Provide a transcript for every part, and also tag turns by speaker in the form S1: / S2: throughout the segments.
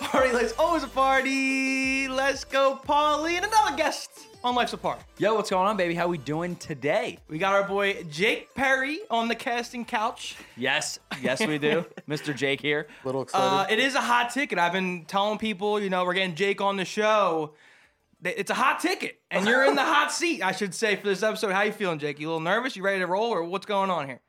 S1: party. Life's always a party. Let's go, Pauline. Another guest on Life's a Party.
S2: Yo, what's going on, baby? How we doing today?
S1: We got our boy Jake Perry on the casting couch.
S2: Yes, yes, we do. Mr. Jake here.
S3: little
S1: Uh,
S3: excited.
S1: it is a hot ticket. I've been telling people, you know, we're getting Jake on the show. Th- It's a hot ticket, and you're in the hot seat, I should say, for this episode. How you feeling, Jake? You a little nervous? You ready to roll, or what's going on here?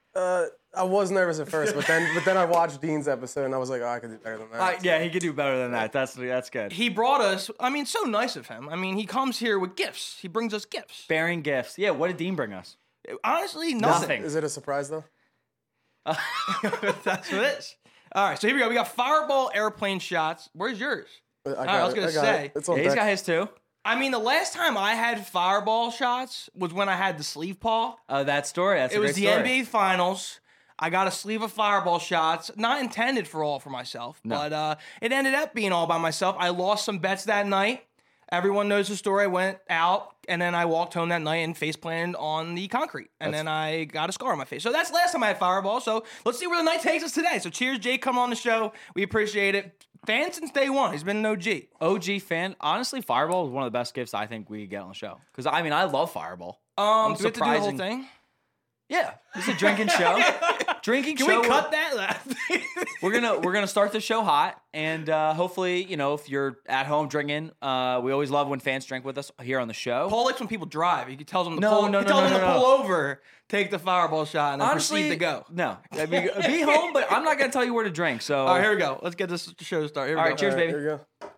S3: I was nervous at first, but then but then I watched Dean's episode and I was like, oh, I could do better than that.
S2: Uh, yeah, he could do better than that. That's that's good.
S1: He brought us. I mean, so nice of him. I mean, he comes here with gifts. He brings us gifts.
S2: Bearing gifts. Yeah, what did Dean bring us?
S1: Honestly, nothing.
S2: Nothing.
S3: Is it a surprise though?
S1: That's what it is. All right, so here we go. We got fireball airplane shots. Where's yours?
S3: I, got
S1: I was
S3: it.
S1: gonna
S3: got
S1: say,
S3: it. it's on
S2: Yeah, he's
S3: deck.
S2: got his too.
S1: I mean, the last time I had fireball shots was when I had the sleeve paw.
S2: Uh, that story. That's
S1: It was the NBA Finals. I got a sleeve of fireball shots, not intended for all for myself, but uh, it ended up being all by myself. I lost some bets that night. Everyone knows the story. I went out and then I walked home that night and face planted on the concrete, and then I got a scar on my face. So that's last time I had fireball. So let's see where the night takes us today. So cheers, Jake, come on the show. We appreciate it. Fan since day one. He's been an OG.
S2: OG fan. Honestly, Fireball was one of the best gifts I think we get on the show. Because I mean, I love Fireball.
S1: Um, do we have to do the whole
S2: surprising.
S1: thing?
S2: Yeah, it's a drinking show. drinking
S1: Can
S2: show.
S1: we cut that?
S2: We're gonna we're gonna start the show hot, and uh, hopefully, you know, if you're at home drinking, uh, we always love when fans drink with us here on the show.
S1: Paul likes when people drive. He tells them to,
S2: No,
S1: pull,
S2: no,
S1: he
S2: no,
S1: tells
S2: no,
S1: them
S2: no,
S1: to
S2: no.
S1: pull over, take the fireball shot, and then
S2: Honestly,
S1: proceed to go.
S2: No, I mean, be home, but I'm not gonna tell you where to drink. So
S1: All right, here we go. Let's get this show started. Here we
S2: All
S1: go.
S2: right, cheers,
S3: All
S2: baby.
S3: right, Here we go.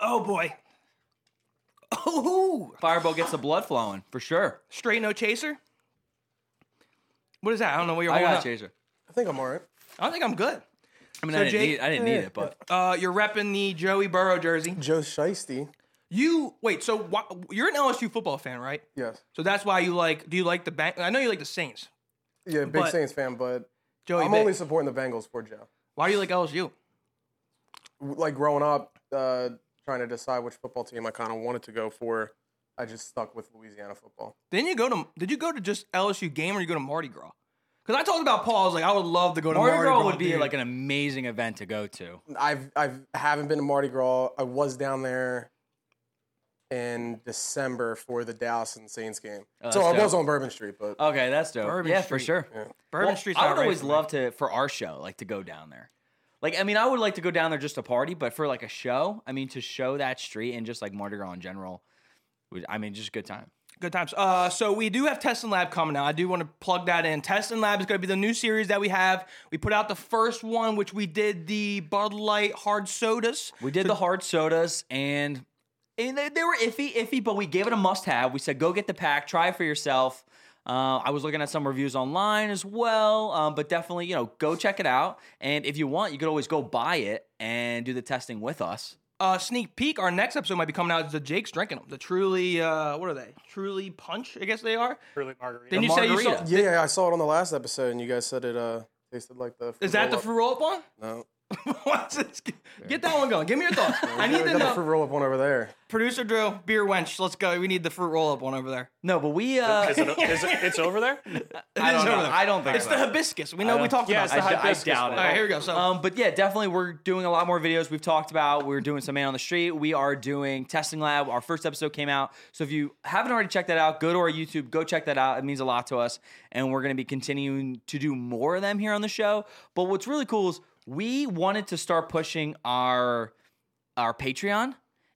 S1: Oh boy. Oh,
S2: Fireball gets the blood flowing for sure.
S1: straight no chaser. What is that? I don't know what you're
S2: I
S1: holding.
S2: got a
S1: up.
S2: chaser.
S3: I think I'm all right.
S1: I don't think I'm good.
S2: I mean,
S1: So,
S2: I didn't,
S1: Jake-
S2: need, I didn't need it, but
S1: Uh, you're repping the Joey Burrow jersey.
S3: Joe Shiesty.
S1: You wait. So why, you're an LSU football fan, right?
S3: Yes.
S1: So that's why you like. Do you like the bank? I know you like the Saints.
S3: Yeah, big
S1: But- Oh,
S3: Saints fan, but
S1: Joey,
S3: I'm
S1: Vick.
S3: only supporting the Bengals for Joe.
S1: why do you like LSU?
S3: Like growing up, uh, trying to decide which football team I kind of wanted to go for, I just stuck with Louisiana football.
S1: Then you go to did you go to just LSU game or you go to Mardi Gras? Because I talked about Paul. I was like, I would love to go to Mardi,
S2: Mardi Gras would be
S1: dude.
S2: like an amazing event to go to.
S3: I've I've haven't been to Mardi Gras. I was down there in December for the Dallas and Saints game,
S1: Oh,
S3: so
S2: that's
S3: I was
S2: dope.
S3: on Bourbon Street, but
S1: Uh,
S2: Okay, that's dope.
S1: Bourbon
S2: yeah, for
S1: Street.
S2: sure.
S1: Bourbon
S2: Well,
S1: Street's
S2: I
S1: not
S2: would
S1: right
S2: always
S1: for me.
S2: love to for our show, like to go down there. Like, I mean, I would like to go down there just to party, but for like a show, I mean, to show that street and just like Mardi Gras in general, would, I mean, just a good time.
S1: Good times. Uh, so we do have Test and Lab coming out. I do want to plug that in. Test and Lab is going to be the new series that we have. We put out the first one, which we did the Bud Light hard sodas.
S2: We did the hard sodas and and they, they were iffy, iffy, but we gave it a must have. We said go get the pack, try it for yourself. Uh, I was looking at some reviews online as well, um, but definitely you know go check it out. And if you want, you could always go buy it and do the testing with us.
S1: Uh, sneak peek. Our next episode might be coming out. is The Jake's drinking them. The truly, uh, what are they? Truly punch. I guess they are.
S4: Truly margarita.
S1: Then you say you saw.
S2: margarita.
S3: yeah, yeah, I saw it on the last episode, and you guys said it uh tasted like the.
S1: Is that the fruit roll up one?
S3: No,
S1: What's this? Get that one going. Give me your thoughts. I need
S3: we
S1: to
S3: got the
S1: know.
S3: fruit roll up one over there.
S1: Producer Drew, beer wench, let's go. We need the fruit roll up one over there.
S2: No, but we uh,
S4: is it, is it, it's over there?
S2: I don't
S1: over
S2: know.
S1: there.
S2: I don't think
S1: It's
S2: so.
S1: the hibiscus. We know we talked about
S4: Yeah, it's
S1: that.
S4: the
S2: I d- I
S4: hibiscus
S2: doubt
S4: one.
S2: it.
S1: All right, here we go. So,
S2: Um, but yeah, definitely, we're doing a lot more videos. We've talked about we're doing some man on the street. We are doing testing lab. Our first episode came out, so if you haven't already checked that out, go to our YouTube, go check that out. It means a lot to us, and we're going to be continuing to do more of them here on the show. But what's really cool is we wanted to start pushing our our Patreon.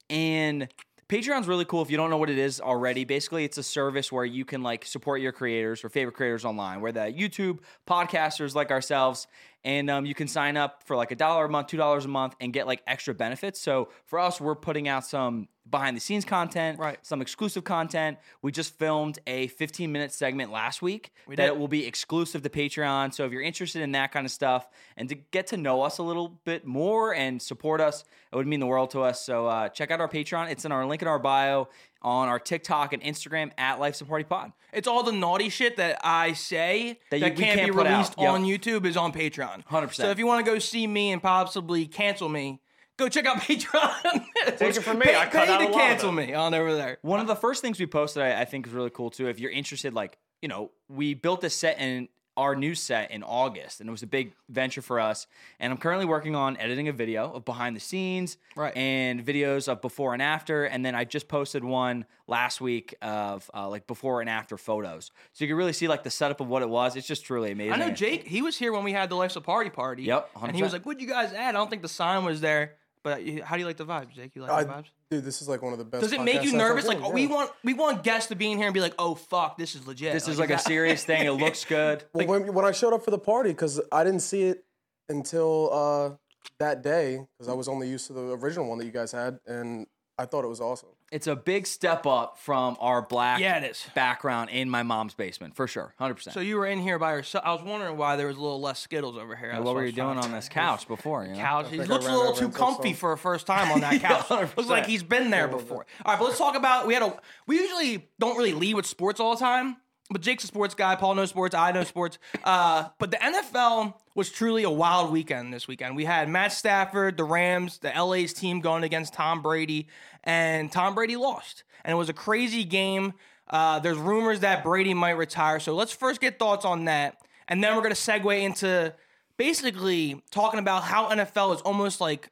S2: And Patreon's really cool if you don't know what it is already. Basically, it's a service where you can like support your creators or favorite creators online, whether that YouTube, podcasters like ourselves, and um, you can sign up for like a dollar a month, two dollars a month, and get like extra benefits. So for us, we're putting out some behind the scenes content,
S1: Right.
S2: some exclusive content. We just filmed a 15 minute segment last week that
S1: did.
S2: it will be exclusive to Patreon. So if you're interested in that kind of stuff and to get to know us a little bit more and support us, it would mean the world to us. So uh, check out our Patreon. It's in our link in our bio on our TikTok and Instagram at Life's a Party Pod.
S1: It's all the naughty shit that I say that,
S2: That you- we
S1: can't,
S2: can't
S1: be
S2: put out.
S1: released
S2: Yep.
S1: on YouTube is on Patreon.
S2: 100%.
S1: So if you want to go see me and possibly cancel me, go check out Patreon.
S4: Take it from me,
S1: Pay,
S4: I cut
S1: pay
S4: out
S1: to
S4: a lot of
S1: cancel
S4: it.
S1: me on over there.
S2: One of the first things we posted, I, I think, is really cool too. If you're interested, like you know, we built this set and our new set in August, and it was a big venture for us. And I'm currently working on editing a video of behind the scenes,
S1: Right.
S2: and videos of before and after. And then I just posted one last week of uh, like before and after photos, so you can really see like the setup of what it was. It's just truly amazing.
S1: I know Jake. He was here when we had the Life's a Party party.
S2: Yep,
S1: And he was
S2: 100%.
S1: like, "What'd you guys add?" I don't think the sign was there. But you- how do you like the vibes, Jake? You like the
S3: I-
S1: vibes?
S3: dude, this is like one of the best.
S1: Does it make you
S3: podcasts I've ever
S1: nervous? Like,
S3: done,
S1: oh, we
S3: yeah.
S1: want we want guests to be in here and be like, "Oh fuck, this is legit."
S2: This is like a
S1: that-
S2: serious thing. It looks good.
S3: Well, when, when I showed up for the party, because I didn't see it until uh, that day, because I was only used to the original one that you guys had, and I thought it was awesome.
S2: It's a big step up from our black
S1: Yeah, it is.
S2: background in my mom's basement for sure, hundred percent.
S1: So you were in here by yourself. I was wondering why there was a little less Skittles over here. That's
S2: what
S1: I
S2: were
S1: was
S2: you
S1: trying
S2: doing
S1: to-
S2: on this couch before? You know?
S1: Couch. He
S3: think I
S1: looks a
S3: ran
S1: little
S3: over
S1: too
S3: into some-
S1: comfy for a first time on that couch. looks like
S2: 100%.
S1: he's been there before. All right, but let's talk about we had a we usually don't really lead with sports all the time, but Jake's a sports guy. Paul knows sports. I know sports. Uh, but the NFL was truly a wild weekend this weekend. We had Matt Stafford, the Rams, the LA's team going against Tom Brady, and Tom Brady lost, and it was a crazy game. Uh, there's rumors that Brady might retire, so let's first get thoughts on that, and then we're gonna segue into basically talking about how NFL is almost like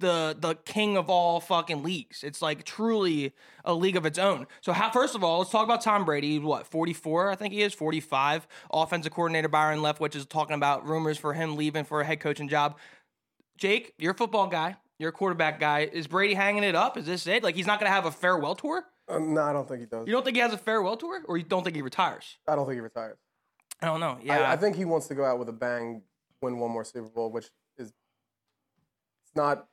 S1: the the king of all fucking leagues. It's like truly a league of its own. So how, first of all, let's talk about Tom Brady. He's What forty four? I think he is forty five. Offensive coordinator Byron Leftwich is talking about rumors for him leaving for a head coaching job. Jake, you're a football guy. You're a quarterback guy. Is Brady hanging it up? Is this it? Like he's not gonna have a farewell tour?
S3: Uh, no, I don't think he does.
S1: You don't think he has a farewell tour, or you don't think he retires?
S3: I don't think he retires.
S1: I don't know. Yeah,
S3: I, I think he wants to go out with a bang, win one more Super Bowl, which is it's not.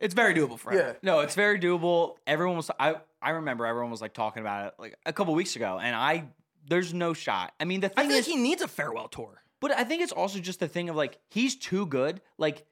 S1: it's very doable for him.
S3: Yeah,
S2: No, it's very doable. Everyone was I I remember everyone was like talking about it like a couple weeks ago and I there's no shot. I mean, the
S1: I
S2: thing
S1: think
S2: is
S1: he needs a farewell tour.
S2: but I think it's also just the thing of like he's too good. Like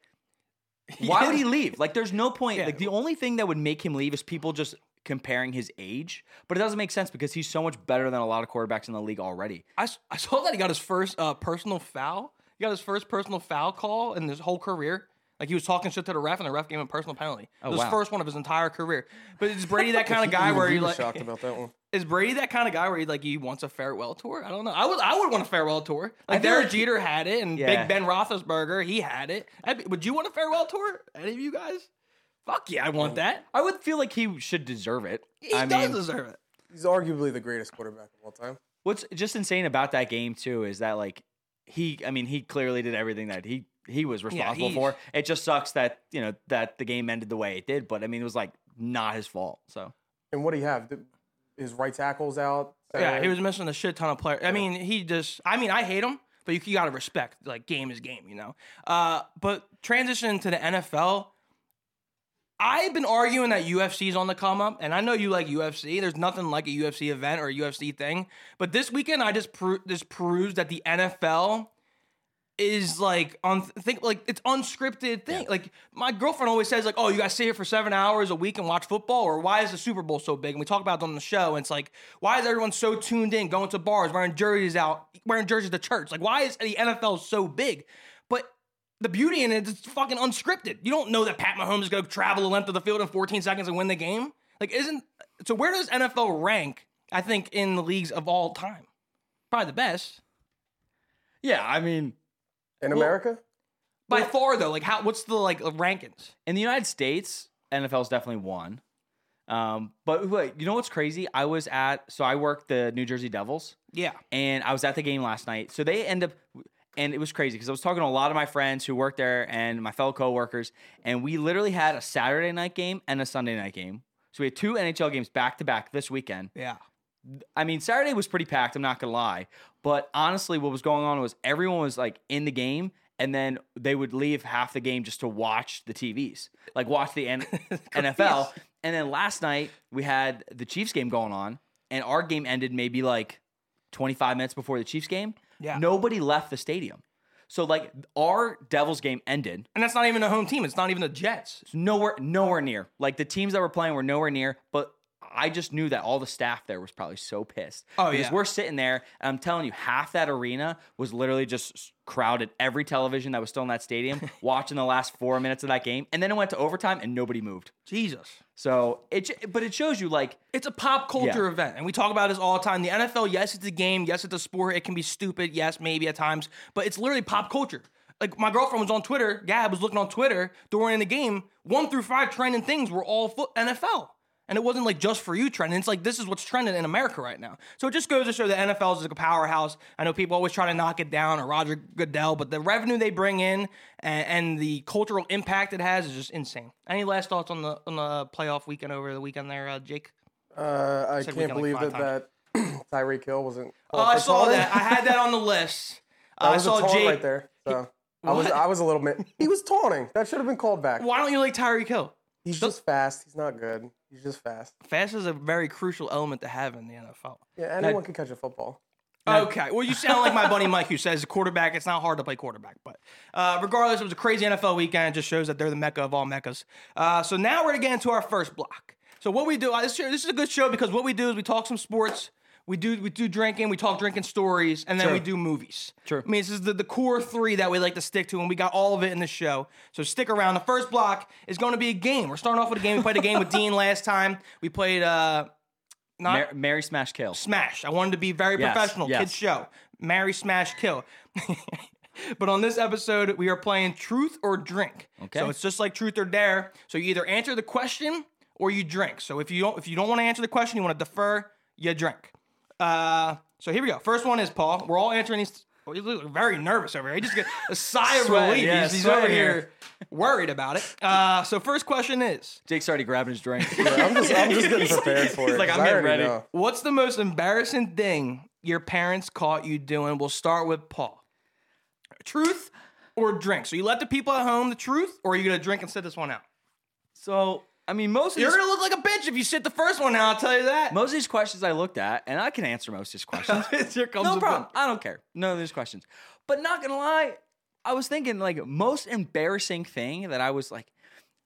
S2: why would he leave? Like there's no point.
S1: Yeah.
S2: Like the only thing that would make him leave is people just comparing his age, but it doesn't make sense because he's so much better than a lot of quarterbacks in the league already.
S1: I, s- I saw that he got his first uh, personal foul. He got his first personal foul call in his whole career. Like he was talking shit to the ref, and the ref gave him a personal penalty. It was
S2: Oh, wow.
S1: his first one of his entire career. But is Brady that kind of guy where
S3: he
S1: you
S3: was
S1: like?
S3: shocked about that one.
S1: Is Brady that kind of guy where he like he wants a farewell tour? I don't know. I would I would want a farewell tour. Like
S2: feel
S1: Derek
S2: like-
S1: Jeter had it, and
S2: Yeah.
S1: Big Ben Roethlisberger he had it. I'd be- would you want a farewell tour? Any of you guys? Fuck yeah, I want that.
S2: I would feel like he should deserve it.
S1: He
S2: I
S1: does
S2: mean,
S1: deserve it.
S3: He's arguably the greatest quarterback of all time.
S2: What's just insane about that game too is that like he, I mean, he clearly did everything that he he was responsible
S1: he-
S2: for. It just sucks that you know that the game ended the way it did, but I mean, it was like not his fault. So
S3: And what do you have? The- His right tackle's out.
S1: Yeah,
S3: center-
S1: he was missing a shit ton of players. I mean, he just. I mean, I hate him, but you, you gotta respect. Like, game is game, you know. Uh, but transitioning to the NFL, I've been arguing that UFC's on the come up, and I know you like UFC. There's nothing like a UFC event or a UFC thing. But this weekend, I just pro- this proves that the NFL is like on think like it's unscripted thing. Like my girlfriend always says, like, oh, you guys sit here for seven hours a week and watch football, or why is the Super Bowl so big? And we talk about it on the show, and it's like, why is everyone so tuned in, going to bars, wearing jerseys out, wearing jerseys to church? Like, why is the NFL so big? But the beauty in it is it's fucking unscripted. You don't know that Pat Mahomes is gonna travel the length of the field in 14 seconds and win the game. Like, isn't so where does NFL rank, I think, in the leagues of all time? Probably the best.
S2: yeah, I mean,
S3: in America.
S1: By far though, like how what's the like uh, rankings?
S2: in the United States, NFL's definitely one. Um, but wait, you know what's crazy? I was at so I worked the New Jersey Devils.
S1: Yeah.
S2: and I was at the game last night. So they end up, and it was crazy because I was talking to a lot of my friends who work there and my fellow coworkers, and we literally had a Saturday night game and a Sunday night game. So we had two NHL games back to back this weekend.
S1: Yeah.
S2: I mean, Saturday was pretty packed. I'm not gonna lie, but honestly, what was going on was everyone was like in the game. And then they would leave half the game just to watch the TVs, like watch the N- NFL. And then last night we had the Chiefs game going on, and our game ended maybe like 25 minutes before the Chiefs game.
S1: Yeah.
S2: Nobody left the stadium. So like our Devils game ended.
S1: And that's not even a home team. It's not even the Jets.
S2: Nowhere nowhere near. Like the teams that were playing were nowhere near, but I just knew that all the staff there was probably so pissed.
S1: Oh,
S2: because
S1: yeah.
S2: we're sitting there. And I'm telling you, half that arena was literally just crowded. Every television that was still in that stadium watching the last four minutes of that game, and then it went to overtime, and nobody moved.
S1: Jesus.
S2: So it, j- but it shows you like
S1: It's a pop culture
S2: Yeah.
S1: event, and we talk about this all the time. The NFL, yes, it's a game, yes, it's a sport. It can be stupid, yes, maybe at times, but it's literally pop culture. Like my girlfriend was on Twitter, Gab was looking on Twitter during the game. One through five trending things were all foot NFL, and it wasn't like just for you trending. It's like this is what's trending in America right now. So it just goes to show the NFL is like a powerhouse. I know people always try to knock it down or Roger Goodell, but the revenue they bring in and, and the cultural impact it has is just insane. Any last thoughts on the on the playoff weekend over the weekend there, uh, Jake?
S3: Uh, I
S1: Said we
S3: can't
S1: can, like,
S3: believe
S1: five
S3: that, that Tyreek Hill wasn't.
S1: Oh, I saw that. I had that on the list.
S3: That
S1: I
S3: was a
S1: saw
S3: taunt
S1: Jake.
S3: right there. So I was I was a little bit. He was taunting. That should have been called back.
S1: Why don't you like Tyreek Hill?
S3: He's just fast. He's not good. He's just fast.
S1: Fast is a very crucial element to have in the NFL.
S3: Yeah, anyone can catch a football.
S1: Okay. Well, you sound like my buddy Mike, who says quarterback. It's not hard to play quarterback, but uh, regardless, it was a crazy NFL weekend. It just shows that they're the mecca of all meccas. Uh, so now we're gonna get into our first block. So what we do, uh, this, show- this is a good show because what we do is we talk some sports, we do we do drinking, we talk drinking stories, and then we do movies. True. I mean, this is the, the core three that we like to stick to, and we got all of it in the show. So stick around. The first block is going to be a game. We're starting off with a game. We played a game with Dean last time. We played. Uh, not,
S2: Mar- Mary Smash Kill.
S1: smash. I wanted to be very
S2: Yes,
S1: professional.
S2: yes.
S1: Kids show. Marry, smash, kill. but on this episode, we are playing truth or drink.
S2: Okay.
S1: So it's just like truth or dare. So you either answer the question or you drink. So if you don't if you don't want to answer the question, you want to defer, you drink. Uh, so here we go. First one is Paul. We're all answering these. Oh, you look very nervous over here. He just got a sigh of
S2: Sweating,
S1: relief.
S2: yeah,
S1: he's he's over
S2: sweating here.
S1: here worried about it. Uh, so first question is:
S2: Jake's already grabbing his drink.
S3: I'm just I'm just getting prepared for it.
S2: like,
S3: 'cause
S2: I'm
S3: I
S2: getting
S3: already
S2: ready.
S3: know.
S1: What's the most embarrassing thing your parents caught you doing? We'll start with Paul. Truth or drink? So you let the people at home the truth, or are you gonna drink and sit this one out?
S2: so I mean, most of
S1: You're
S2: these,
S1: gonna look like a bitch if you sit the first one out. I'll tell you that.
S2: most of these questions I looked at, and I can answer most of these questions.
S1: Here comes
S2: no
S1: the
S2: problem.
S1: book.
S2: I don't care. None of these questions. But not gonna lie, I was thinking like most embarrassing thing that I was like,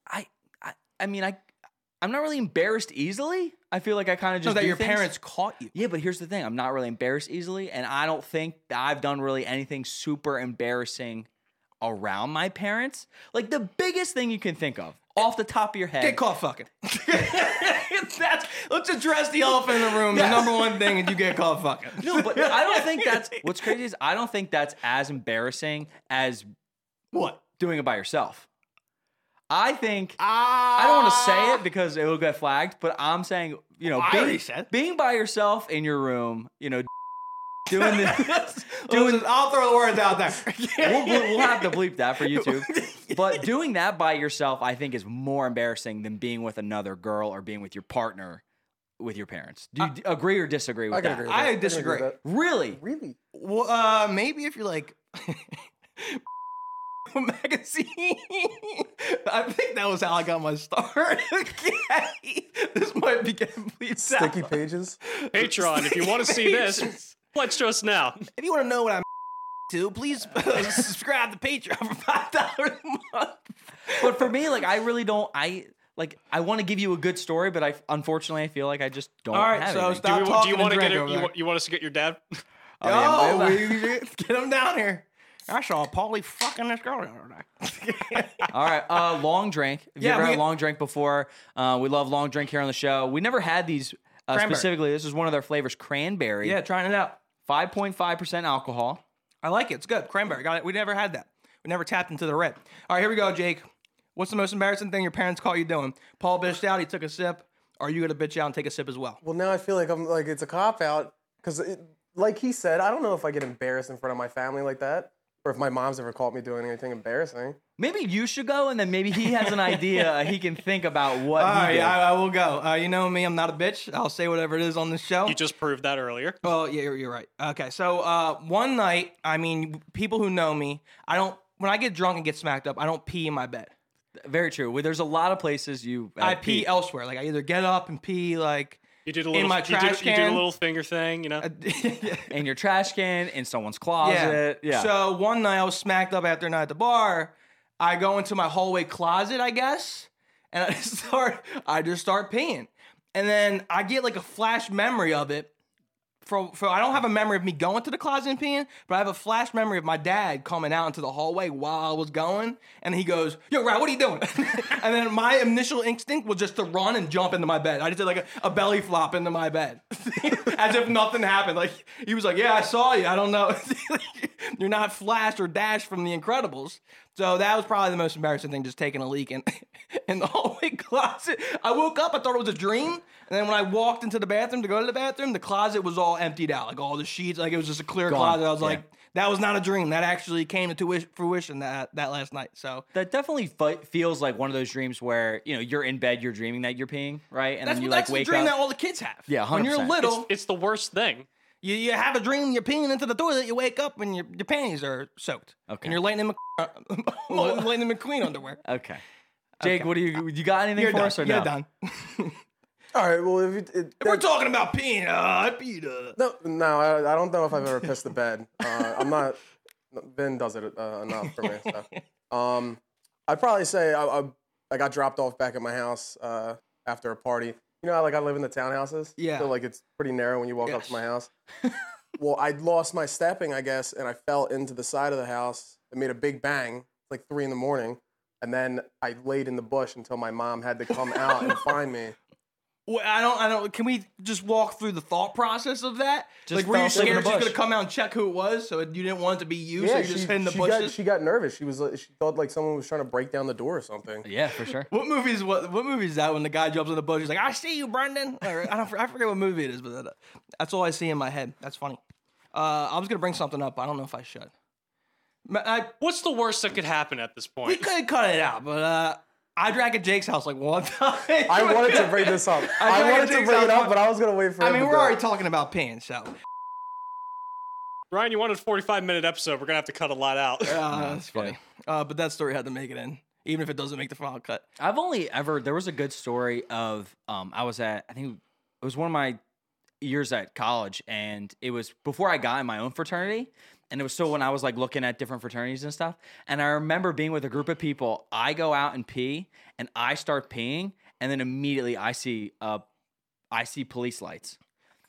S2: I, I, I mean, I, I'm not really embarrassed easily. I feel like I kind of
S1: So
S2: just
S1: that
S2: do
S1: your
S2: things.
S1: parents caught you.
S2: Yeah, but here's the thing: I'm not really embarrassed easily, and I don't think that I've done really anything super embarrassing around my parents. Like the biggest thing you can think of off the top of your head.
S1: Get caught fucking. That's, let's address the elephant in the room. The number one thing, and you get caught fucking.
S2: No, but I don't think that's what's crazy is I don't think that's as embarrassing as
S1: what?
S2: doing it by yourself. I think
S1: Ah.
S2: I don't want to say it because it will get flagged, but I'm saying you know
S1: I already
S2: being,
S1: said.
S2: being by yourself in your room, you know, doing this, doing
S1: Listen, I'll throw the words out there.
S2: we'll, we'll, we'll have to bleep that for YouTube. But doing that by yourself, I think, is more embarrassing than being with another girl or being with your partner with your parents. Do you d- agree or disagree with
S3: I can
S2: that?
S3: agree. With
S1: I
S3: that. can
S1: disagree.
S3: agree with
S2: Really?
S3: that. Really?
S1: Well, uh, maybe if you're like magazine. I think that was how I got my start. okay, this might be getting bleeped
S3: Sticky
S1: out.
S3: pages.
S4: Patreon, if you want to see this, pledge to us now.
S1: If you want to know what I'm to, please uh, subscribe to Patreon for five dollars a month.
S2: But for me, like, I really don't. I like. I want to give you a good story, but I unfortunately I feel like I just don't.
S1: All right,
S2: have
S1: so
S2: anything.
S1: stop-
S4: Do, we, do
S1: talking
S4: you
S1: to
S4: want to get
S1: Greg
S4: it,
S1: over
S4: you,
S1: there.
S4: want- you want us to get your dad?
S1: Oh, we- get him down here. I saw Paulie fucking this girl the other day.
S2: All right, uh, long drink. Have
S1: Yeah,
S2: you ever
S1: we-
S2: had a long drink before? Uh, we love long drink here on the show. We never had these uh,
S1: Cranberry.
S2: specifically. This is one of their flavors, cranberry.
S1: yeah, trying it out.
S2: five point five percent alcohol.
S1: I like it. It's good. Cranberry. Got it. We never had that. We never tapped into the red. All right, here we go, Jake. What's the most embarrassing thing your parents caught you doing? Paul bitched out. He took a sip. Are you gonna bitch out and take a sip as well?
S3: Well, now I feel like I'm like it's a cop out because, like he said, I don't know if I get embarrassed in front of my family like that, or if my mom's ever caught me doing anything embarrassing.
S2: Maybe you should go, and then maybe he has an idea uh, he can think about what.
S1: All
S2: he
S1: right,
S2: did.
S1: I, I will go. Uh, you know me. I'm not a bitch. I'll say whatever it is on the show.
S4: You just proved that earlier.
S1: Well, yeah, you're, you're right. Okay, so uh, one night, I mean, people who know me, I don't. When I get drunk and get smacked up, I don't pee in my bed.
S2: Very true. Well, there's a lot of places you. uh,
S1: I pee elsewhere. Like I either get up and pee, like
S4: You did a little,
S1: my
S4: you did-
S1: trash
S4: you did
S1: can.
S4: a little finger thing, you know.
S2: in your trash can, in someone's closet. Yeah.
S1: So one night I was smacked up after a night at the bar. I go into my hallway closet, I guess, and I just start I just start peeing. and then I get like a flash memory of it. From, from I don't have a memory of me going to the closet and peeing, but I have a flash memory of my dad coming out into the hallway while I was going, and he goes, "Yo, Rad, what are you doing?" and then my initial instinct was just to run and jump into my bed. I just did like a, a belly flop into my bed, as if nothing happened. Like he was like, "Yeah, I saw you. I don't know. You're not Flash or Dash from The Incredibles." So that was probably the most embarrassing thing, just taking a leak in, in the hallway closet. I woke up, I thought it was a dream. And then when I walked into the bathroom to go to the bathroom, the closet was all emptied out. Like all the sheets, like it was just a clear closet. I was
S2: Yeah.
S1: like, that was not a dream. That actually came to tui- fruition that, that last night. So
S2: That definitely fe- feels like one of those dreams where you know you're in bed, you're dreaming that you're peeing, right? And
S1: that's,
S2: then you
S1: what- that's
S2: like wake
S1: the dream
S2: up.
S1: that all the kids have.
S2: Yeah,
S1: When you're
S2: 100%.
S1: little,
S4: It's the worst thing.
S1: you, you have a dream, you're peeing into the toilet, you wake up and your, your panties are soaked.
S2: Okay.
S1: And you're Lightning, Mc- Lightning McQueen underwear.
S2: okay, Jake, what do you you got anything
S1: You're
S2: for
S1: done.
S2: us or
S1: You're
S2: no?
S1: done.
S3: All right. Well, if you, it,
S1: We're
S3: that-
S1: talking about peeing. Uh, I peed. Uh.
S3: no, no, I, I don't know if I've ever pissed the bed. Uh, I'm not. Ben does it uh, enough for me. So. Um, I'd probably say I, I, I got dropped off back at my house uh, after a party. You know, how, like I live in the townhouses.
S1: Yeah.
S3: So like it's pretty narrow when you walk up
S1: Yes.
S3: to my house. well, I lost my stepping, I guess, and I fell into the side of the house. It made a big bang, like three in the morning, and then I laid in the bush until my mom had to come out and find me.
S1: Well, I don't. I don't. Can we just walk through the thought process of that?
S2: Just
S1: like, were you
S2: fell asleep in
S1: scared
S2: the
S1: she's
S2: bush.
S1: gonna come out and check who it was? So it- you didn't want it to be you. so you just hid in the
S3: she
S1: bushes.
S3: Got, she got nervous. She was uh, she thought like someone was trying to break down the door or something.
S2: Yeah, for sure.
S1: what movie is what? What movie is that? When the guy jumps in the bush, he's like, "I see you, Brendan." Or, I don't. I forget what movie it is, but that, that's all I see in my head. That's funny. Uh, I was gonna bring something up. but I don't know if I should. Ma- I,
S4: What's the worst that could happen at this
S1: we
S4: point?
S1: could have cut it out, but uh, I drank at Jake's house like one time.
S3: I wanted to bring this up.
S1: I
S3: I,
S1: know,
S3: wanted
S1: Jake's
S3: to bring it
S1: not-
S3: up, but I was gonna wait for.
S1: I
S3: him
S1: mean,
S3: to
S1: we're
S3: do it.
S1: already talking about peeing, so
S4: Ryan, you wanted a 45 minute episode. We're going to have to cut a lot out.
S1: uh,
S2: that's
S1: that's funny.
S2: good.
S1: Uh, but that story had to make it in, even if it doesn't make the final cut.
S2: I've only ever there was a good story of um I was at I think it was one of my years at college and it was before I got in my own fraternity and it was still when I was like looking at different fraternities and stuff and I remember being with a group of people I go out and pee and I start peeing and then immediately I see uh I see police lights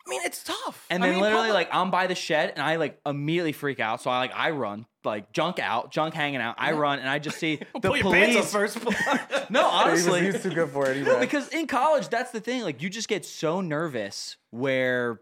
S1: I mean, it's tough.
S2: and
S1: I
S2: then
S1: mean,
S2: literally
S1: public-
S2: like I'm by the shed and I like immediately freak out so I like I run like junk out junk hanging out I run and I just see the
S1: Pull
S2: police
S1: your pants up first.
S2: no
S3: He was-
S2: honestly
S3: he was too good for it. he ran.
S2: because in college that's the thing like you just get so nervous where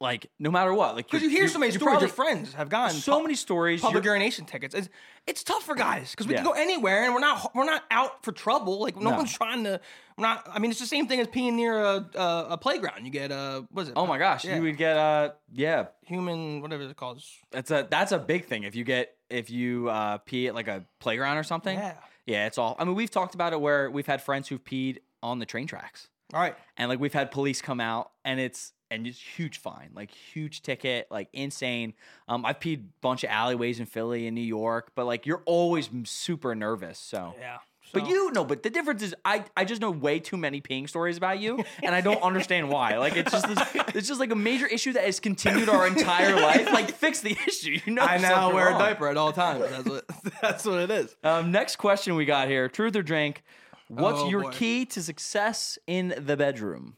S2: like no matter what like
S1: because you hear so many stories.
S2: probably-
S1: your friends have gotten
S2: so
S1: pub-
S2: many stories
S1: public
S2: you're-
S1: urination tickets. It's, it's tough for guys because we can
S2: Yeah.
S1: go anywhere and we're not we're not out for trouble. Like no,
S2: No.
S1: one's trying to. We're not. I mean, it's the same thing as peeing near a a, a playground. You get a what is it?
S2: oh my gosh
S1: Yeah.
S2: you would get uh yeah
S1: human whatever it's called.
S2: that's a that's a big thing if you get if you uh pee at like a playground or something
S1: Yeah.
S2: yeah it's all i mean we've talked about it where we've had friends who've peed on the train tracks
S1: All right.
S2: and like we've had police come out and it's and it's huge fine like huge ticket like insane um i've peed bunch of alleyways in philly and new york but like you're always m- super nervous so
S1: Yeah.
S2: But you know, but the difference is I, I just know way too many peeing stories about you, and I don't understand why. Like it's just this, it's just like a major issue that has continued our entire life. Like fix the issue. You know,
S1: I
S2: there's
S1: now
S2: something
S1: wear a
S2: wrong.
S1: diaper at all times. That's what that's what it is.
S2: Um, next question we got here: Truth or drink? What's
S1: Oh,
S2: your
S1: boy.
S2: key to success in the bedroom?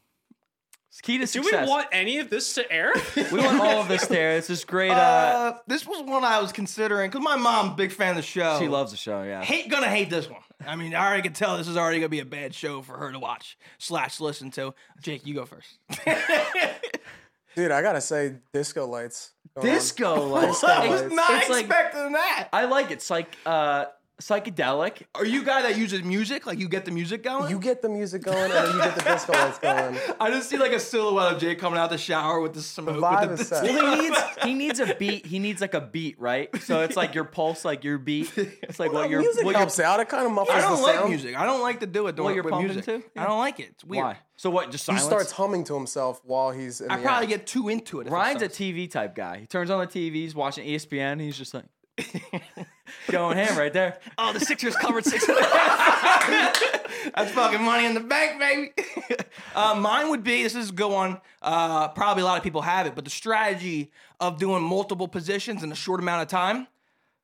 S2: Key to
S4: Do
S2: success.
S4: we want any of this to air?
S2: We want all of this there. It's this great. Uh,
S1: Uh, this was one I was considering because my mom, big fan of the
S3: Oh.
S1: show.
S2: she loves the show. Yeah.
S1: hate gonna hate this one. I mean, I already can tell this is already gonna be a bad show for her to watch slash listen to. Jake, you go first.
S3: dude, I gotta say, disco lights. going on.
S2: Disco lights.
S1: I was
S3: was It's-
S1: not
S2: Um, it's like-
S1: expecting that.
S2: I like it. It's like uh, psychedelic.
S1: Are you a guy that uses music? Like you get the music going?
S3: You get the music going, and then you get the disco lights going.
S1: I just see like a silhouette of Jake coming out the shower with the smoke.
S3: Vibe
S1: with
S3: is
S1: the,
S3: set.
S2: Well, he needs he needs a beat. He needs like a beat, right? So it's like your pulse, like your beat. It's like what your
S3: music
S2: what your
S3: helps out. It kind of muffles
S1: I
S3: the
S1: don't like
S3: sound.
S1: music. I don't like to do it during
S2: you're
S1: with
S2: pumping
S1: music.
S2: to?
S1: I don't like it. It's weird.
S2: why. So what? Just
S3: He
S2: silence.
S3: starts humming to himself while he's. In
S1: I
S3: the
S1: probably
S3: act.
S1: get too into it. if it
S2: Ryan's a
S1: starts.
S2: TV type guy. He turns on the TV. He's watching E ESPN. He's just like going ham right there.
S1: Oh, the Sixers covered six. That's fucking money in the bank, baby. uh, mine would be this is a good one. Uh, probably a lot of people have it, but the strategy of doing multiple positions in a short amount of time.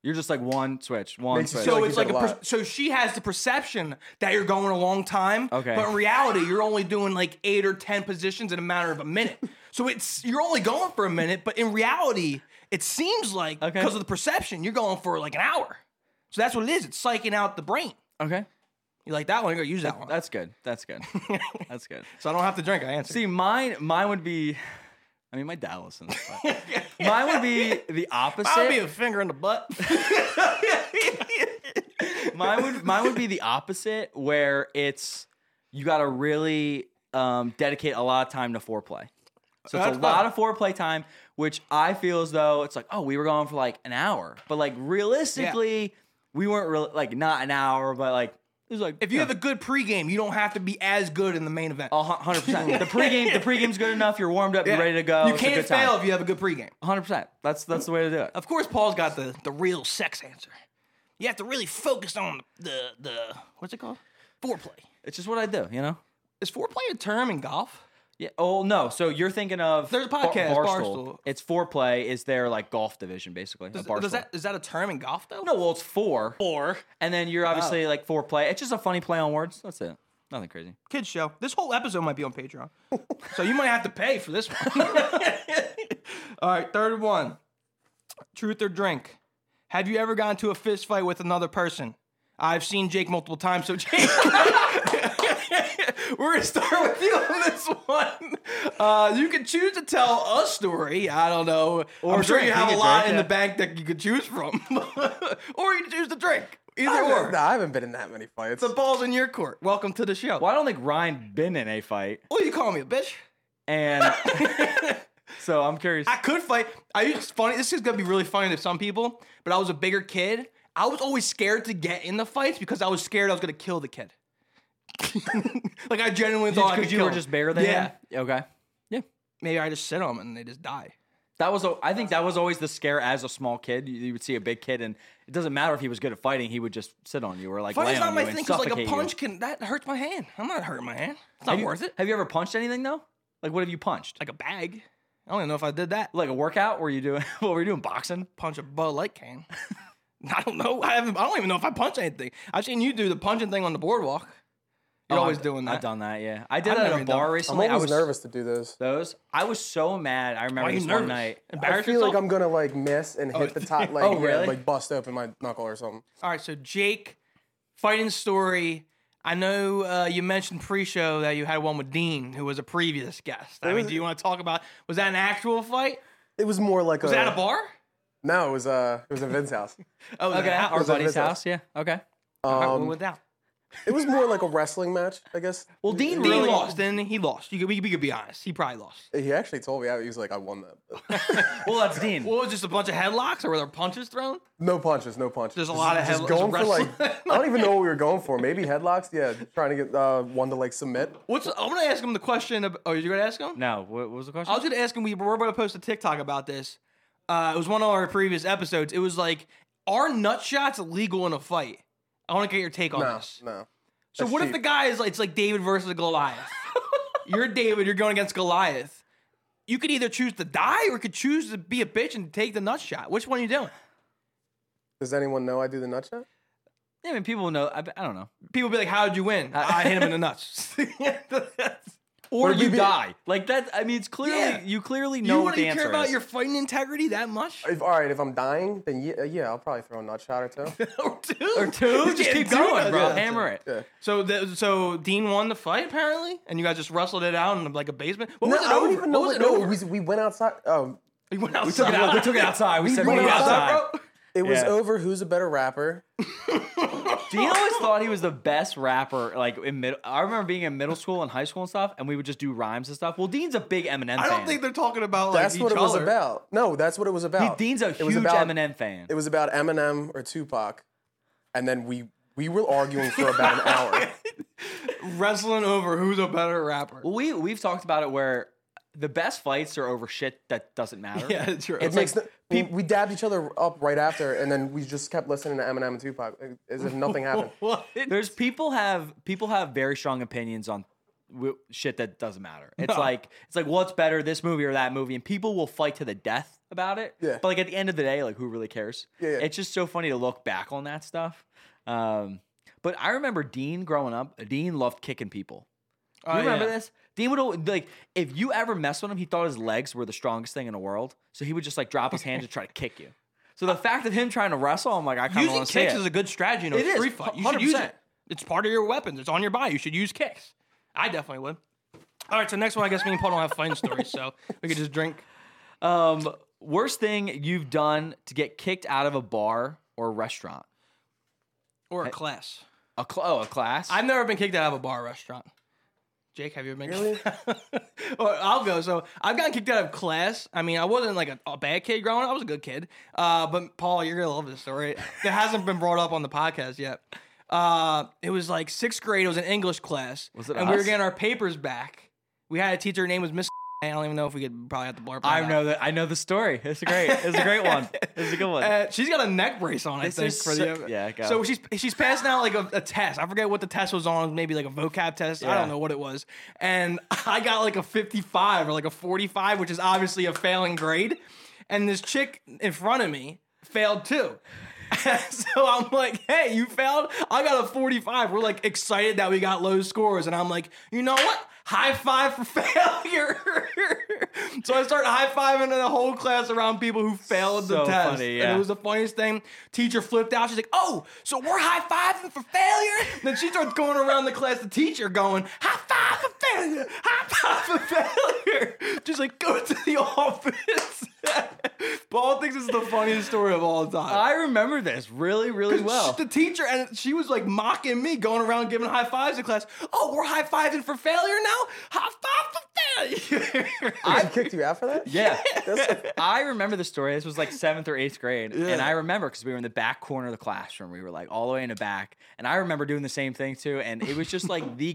S2: You're just like one switch, one
S3: Makes you
S2: switch.
S3: feel
S1: So
S3: like
S1: it's
S3: you
S1: like a
S3: did a
S1: per-
S3: lot.
S1: so she has the perception that you're going a long time.
S2: Okay.
S1: But in reality, you're only doing like eight or ten positions in a matter of a minute. so it's you're only going for a minute, but in reality, it seems like
S2: Okay.
S1: because of the perception, you're going for like an hour. So that's what it is. It's psyching out the brain.
S2: okay,
S1: You like that one? You're gonna use that one.
S2: that's good. That's good. That's good.
S1: so I don't have to drink. I answer.
S2: See, mine, mine would be. I mean, my dad listens. But mine would be the opposite.
S1: I'll be a finger in the butt.
S2: mine would mine would be the opposite where it's you got to really um, dedicate a lot of time to foreplay. So it's
S1: That's fine.
S2: a lot of foreplay time, which I feel as though it's like, oh, we were going for like an hour, but like realistically, we weren't really like not an hour, but like it was like
S1: if you have a good pregame, you don't have to be as good in the main event.
S2: hundred percent. The pregame, the pregame's good enough. You're warmed up. You're ready to go.
S1: You
S2: it's a
S1: can't
S2: good time.
S1: fail if you have a good pregame.
S2: hundred percent. That's that's the way to do it.
S1: Of course, Paul's got the, the real sex answer. You have to really focus on the the what's it called? Foreplay.
S2: It's just what I do. You know.
S1: Is foreplay a term in golf?
S2: Yeah. Oh no. So you're thinking of
S1: There's a
S2: Bar-
S1: podcast,
S2: Barstool.
S1: Barstool.
S2: It's foreplay. Is their like golf division basically? a Barstool.
S1: Does that is that a term in golf though?
S2: no? Well, it's four,
S4: Or
S2: and then you're obviously
S1: Oh.
S2: like foreplay. It's just a funny play on words. That's it. Nothing crazy.
S1: kids show. This whole episode might be on Patreon, so you might have to pay for this one. All right, third one. Truth or drink? Have you ever gotten to a fist fight with another person? I've seen Jake multiple times, so Jake, we're gonna start with you on this one. Uh, you can choose to tell a story. I don't know. Or I'm sure you
S2: drink. You
S1: have a
S2: can
S1: lot
S2: drink,
S1: in
S2: yeah.
S1: the bank that you could choose from, or you can choose to drink. Either
S3: I,
S1: or,
S3: nah, I haven't been in that many fights.
S1: the ball's in your court. Welcome to the show.
S2: Well, I don't think Ryan been in a fight,
S1: What do you call me, a bitch?
S2: and so I'm curious.
S1: I could fight. I used it's funny. This is gonna be really funny to some people, but I was a bigger kid. I was always scared to get in the fights because I was scared I was gonna kill the kid. like I genuinely thought I
S2: Because
S1: could
S2: you
S1: kill
S2: were
S1: him.
S2: just bigger than
S1: Yeah.
S2: him. Okay. Yeah.
S1: Maybe I just sit on them and they just die.
S2: That was. a- I think that was always the scare as a small kid. You, you would see a big kid, and it doesn't matter if he was good at fighting. He would just sit on you or like lay
S1: Funny
S2: on
S1: it's not
S2: you
S1: my
S2: and
S1: thing because like a
S2: suffocate you.
S1: punch can that hurts my hand. I'm not hurting my hand. It's not
S2: Have you-
S1: worth it.
S2: Have you ever punched anything though? Like what have you punched? Like,
S1: Like a bag. I don't even know if I did that.
S2: like a workout? Were you doing? what were you doing? Boxing?
S1: punch a Bud Light can. I don't know. I haven't. I don't even know if I punch anything. I've seen you do the punching thing on the boardwalk. You're
S2: Oh,
S1: always
S2: I've-
S1: doing that.
S2: I've done that. Yeah, I did
S1: I've
S2: that
S1: never
S2: at a bar
S1: done-
S3: I'm
S2: recently.
S3: always
S2: I was
S3: nervous to do those.
S2: Those. I was so mad. I remember
S1: Why are you
S2: this
S1: nervous?
S2: one night.
S3: I
S1: Embarrass
S3: feel
S1: yourself?
S3: like I'm gonna like miss and hit the top, like,
S2: Oh,
S3: yeah,
S2: really?
S3: like bust open my knuckle or something.
S1: All right, so Jake, fighting story. I know uh, you mentioned pre-show that you had one with Dean, who was a previous guest. I mean, do you want to talk about? Was that an actual fight?
S3: It was more like
S1: Was that at a bar?
S3: No, it was uh, it was in Vin's house.
S1: Oh,
S2: Okay, at our
S3: was at
S2: buddy's
S3: his house.
S2: house. Yeah. Okay.
S1: Um,
S3: Um,
S1: went down.
S3: it was more like a wrestling match, I guess.
S2: Well, Dean,
S1: Dean
S2: really
S1: lost, didn't he? He lost. You could, we, we could be honest. He probably lost.
S3: He actually told me I- he was like, I won that.
S2: Well, that's Dean.
S1: What was it, just a bunch of headlocks, or were there punches thrown?
S3: no punches, no punches.
S1: There's a lot of
S3: just
S1: headlo-
S3: going for
S1: just
S3: like
S1: wrestling.
S3: I don't even know what we were going for. Maybe headlocks. Yeah, trying to get uh, one to like submit.
S1: What's? I'm gonna ask him the question. Of, oh, you gonna ask him?
S2: no. What, what was the question?
S1: I was gonna ask him. We were gonna post a TikTok about this. Uh, it was one of our previous episodes. It was like, are nut shots legal in a fight? I want to get your take on
S3: No,
S1: this.
S3: no.
S1: Oh, So what if the guy is like it's like David versus Goliath? you're David, you're going against Goliath. You could either choose to die or you could choose to be a bitch and take the nut shot. Which one are you doing?
S3: Does anyone know I do the nut shot?
S2: I mean, people know. I, I don't know.
S1: People be like, "How'd you win?" I hit him in the nuts. you
S2: Or
S3: you
S2: you
S3: be-
S2: die. Like that. I mean, it's clearly
S1: Yeah.
S2: you clearly know what
S1: want
S2: the
S1: to
S2: answer
S1: care about
S2: is.
S1: your fighting integrity that much?
S3: If, all right, if I'm dying, then yeah, uh, yeah, I'll probably throw a nut shot or two.
S1: or two?
S2: or two.
S1: You
S2: Just
S1: can't
S2: keep
S1: do
S2: going,
S1: that.
S2: bro.
S1: Yeah.
S2: Hammer it.
S3: Yeah.
S1: So, the, so Dean won the fight apparently, and you guys just wrestled it out in like a basement. What
S3: No,
S1: was it
S3: I don't
S1: over?
S3: even know.
S1: what was
S3: What,
S1: it
S3: no,
S1: over?
S3: we, we went outside. Um,
S1: We went outside.
S2: Took it out- we took it outside. We said we
S3: went
S2: went
S3: outside,
S2: outside.
S1: bro.
S3: it was
S2: Yeah.
S3: over. Who's a better rapper?
S2: Dean always thought he was the best rapper. Like in middle, I remember being in middle school and high school and stuff, and we would just do rhymes and stuff. Well, Dean's a big Eminem.
S1: I
S2: fan.
S1: don't think they're talking about like
S3: That's
S1: each
S3: what it was
S1: other.
S3: about. No, that's what it was about.
S2: Dean's a
S3: it was
S2: huge
S3: about,
S2: Eminem fan.
S3: It was about Eminem or Tupac, and then we we were arguing for about an hour.
S1: wrestling over who's a better rapper.
S2: we we've talked about it where the best fights are over shit that doesn't matter.
S1: Yeah, true.
S3: It makes no- we, we dabbed each other up right after, and then we just kept listening to Eminem and Tupac eh, as if nothing happened.
S1: what?
S2: There's people have people have very strong opinions on w- shit that doesn't matter. It's like it's like what's better, this movie or that movie, and people will fight to the death about it.
S3: Yeah.
S2: But like at the end of the day, like who really cares?
S3: Yeah, yeah.
S2: It's just so funny to look back on that stuff. Um, but I remember Dean growing up. Dean loved kicking people. You
S1: Oh,
S2: remember
S1: yeah.
S2: this? Dean would al- like if you ever messed with him, he thought his legs were the strongest thing in the world, so he would just like drop his hand to try to kick you. So the fact of him trying to wrestle, I'm like, I kind of
S1: Using
S2: want to see
S1: kicks
S2: it.
S1: is a good strategy in a
S2: It is,
S1: free fight. You should
S2: 100%.
S1: use it. It's part of your weapons. It's on your body. You should use kicks. I definitely would. All right, so next one, I guess me and Paul don't have fighting stories, so we could just drink.
S2: um, worst thing you've done to get kicked out of a bar or a restaurant?
S1: Or a class.
S2: A cl- oh, a class.
S1: I've never been kicked out of a bar or restaurant. Jake, have you ever been? or I'll go. So I've gotten kicked out of class. I mean, I wasn't like a, a bad kid growing up. I was a good kid. Uh, but Paul, you're gonna love this story. It hasn't been brought up on the podcast yet. Uh, it was like sixth grade. It was an English class.
S2: Was it
S1: And we were
S2: us?
S1: getting our papers back. We had a teacher. Her name was Miss. I don't even know if we could probably have to blurb.
S2: I
S1: that
S2: know
S1: out.
S2: that. I know the story. It's a great. It's a great one. It's a good one.
S1: Uh, she's got a neck brace on, I
S2: This
S1: think.
S2: is
S1: for the,
S2: so- yeah, go.
S1: So she's she's passing out like a, a test. I forget what the test was on. Maybe like a vocab test. I
S2: Yeah.
S1: don't know what it was. And I got like a 55 or like a 45, which is obviously a failing grade. And this chick in front of me failed too. so I'm like, hey, you failed? I got a 45. We're like excited that we got low scores. And I'm like, you know what? High five for failure. so I start high fiving the whole class around people who failed the
S2: So
S1: test.
S2: funny,
S1: And
S2: yeah.
S1: it was the funniest thing. Teacher flipped out. She's like, oh, so we're high fiving for failure? then she starts going around the class, the teacher going, high five for failure, high five for failure. Just like, go to the office. Paul thinks it's the funniest story of all time.
S2: I remember this really, really well.
S1: The teacher and she was like mocking me, going around giving high fives to class. Oh, we're high fiving for failure now. High five for failure.
S3: I kicked you out for that.
S2: Yeah.
S3: That's-
S2: I remember the story. This was like seventh or eighth grade. And I remember because we were in the back corner of the classroom. We were like all the way in the back. And I remember doing the same thing too. And it was just like the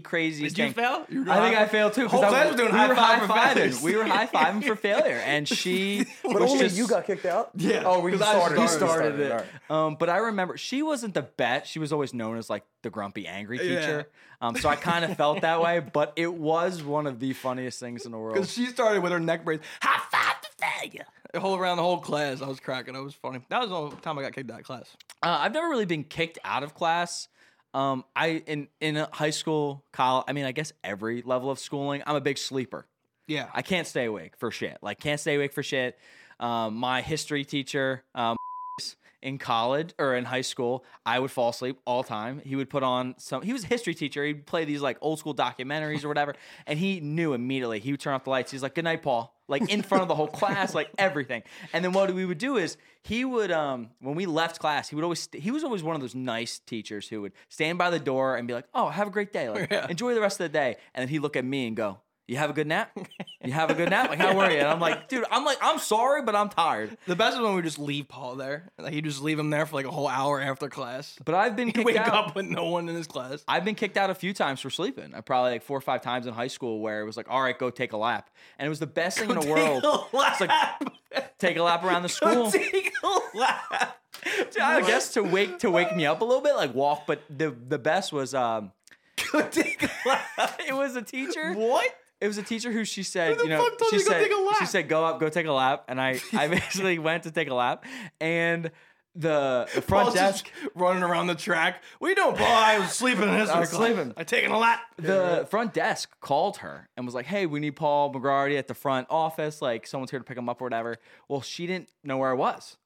S2: craziest
S1: Did you
S2: thing.
S1: fail? You were
S2: I think
S1: high-
S2: I failed too. 'cause
S1: Whole
S2: I-
S1: class was doing
S2: we
S1: high
S2: were
S1: five for
S2: high-fiving.
S1: failures.
S2: We were high fiving for failure. And she
S3: but
S2: was
S3: only
S2: just,
S3: you got kicked out.
S1: Yeah.
S3: Oh, we
S1: 'Cause I
S3: started.
S1: started-
S3: it.
S1: started
S3: All right.
S2: Um, but I remember she wasn't the best. She was always known as like the grumpy, angry teacher. Um, so I kind of felt that way, but it was one of the funniest things in the world.
S1: Because she started with her neck brace. High five for failure. The whole around the whole class. I was cracking. It was funny. That was the only time I got kicked out of class.
S2: Uh, I've never really been kicked out of class. Um, I in in high school, college. I mean, I guess every level of schooling. I'm a big sleeper.
S1: Yeah.
S2: I can't stay awake for shit. Like can't stay awake for shit. Um, my history teacher um, in college or in high school, I would fall asleep all the time. He would put on some. He was a history teacher. He'd play these like old school documentaries or whatever, and he knew immediately. He would turn off the lights. He's like, "Good night, Paul." Like in front of the whole class, like everything. And then what we would do is he would um when we left class, he would always st- he was always one of those nice teachers who would stand by the door and be like, "Oh, have a great day. Like enjoy the rest of the day." And then he'd look at me and go, you have a good nap? You have a good nap? Like, how were you? And I'm like, dude, I'm like, I'm sorry, but I'm tired.
S1: the best is when we just leave Paul there. Like you just leave him there for like a whole hour after class.
S2: But I've been kicked
S1: Wake
S2: out.
S1: up with no one in his class.
S2: I've been kicked out a few times for sleeping. I probably like four or five times in high school where it was like, all right, go take a lap. And it was the best thing in the world. It's like take a lap around the school. I guess to wake to wake me up a little bit, like walk. But the the best was um it was a teacher.
S1: What?
S2: It was a teacher who she said,
S1: the
S2: you know,
S1: fuck told
S2: she
S1: you to go
S2: said,
S1: take a lap?
S2: she said, go up, go take a lap, and I, I basically went to take a lap, and the, the front
S1: Paul's
S2: desk,
S1: just running around the track. What are you doing, Paul? I was sleeping in this.
S2: I
S1: one
S2: was
S1: class.
S2: sleeping.
S1: I taking a lap.
S2: the front desk called her and was like, hey, we need Paul McGrady at the front office, like someone's here to pick him up or whatever. Well, she didn't know where I was,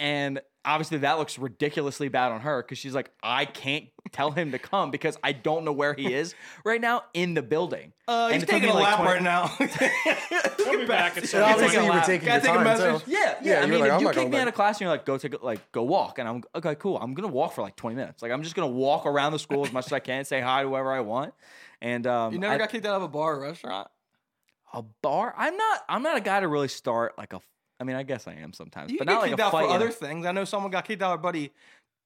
S2: and obviously that looks ridiculously bad on her because she's like, I can't tell him to come because I don't know where he is right now in the building.
S1: Uh,
S2: And
S1: he's
S2: it took
S1: taking
S2: me,
S1: a
S2: like,
S1: lap
S2: 20
S1: right now.
S4: We'll be back at
S3: And
S4: some
S2: take
S4: point.
S2: a
S3: obviously, you were
S2: lap.
S3: taking your
S1: Gotta take a
S3: time
S1: message.
S3: too.
S2: Yeah, yeah. I
S3: you were
S2: mean,
S3: like,
S2: if
S3: "I'm
S2: you
S3: not
S2: kick
S3: going
S2: me out
S3: back."
S2: of class and you're like, go take a, like go walk, and I'm okay, cool. I'm gonna walk for like 20 minutes. Like I'm just gonna walk around the school as much as I can, say hi to whoever I want. And um,
S1: You never
S2: I-
S1: got kicked out of a bar or restaurant?
S2: a bar. I'm not. I'm not a guy to really start like a. f- I mean, I guess I am sometimes,
S1: You
S2: but
S1: get
S2: not like
S1: kicked
S2: a
S1: out
S2: fight.
S1: for
S2: in a-
S1: other things. I know someone got kicked out. Our buddy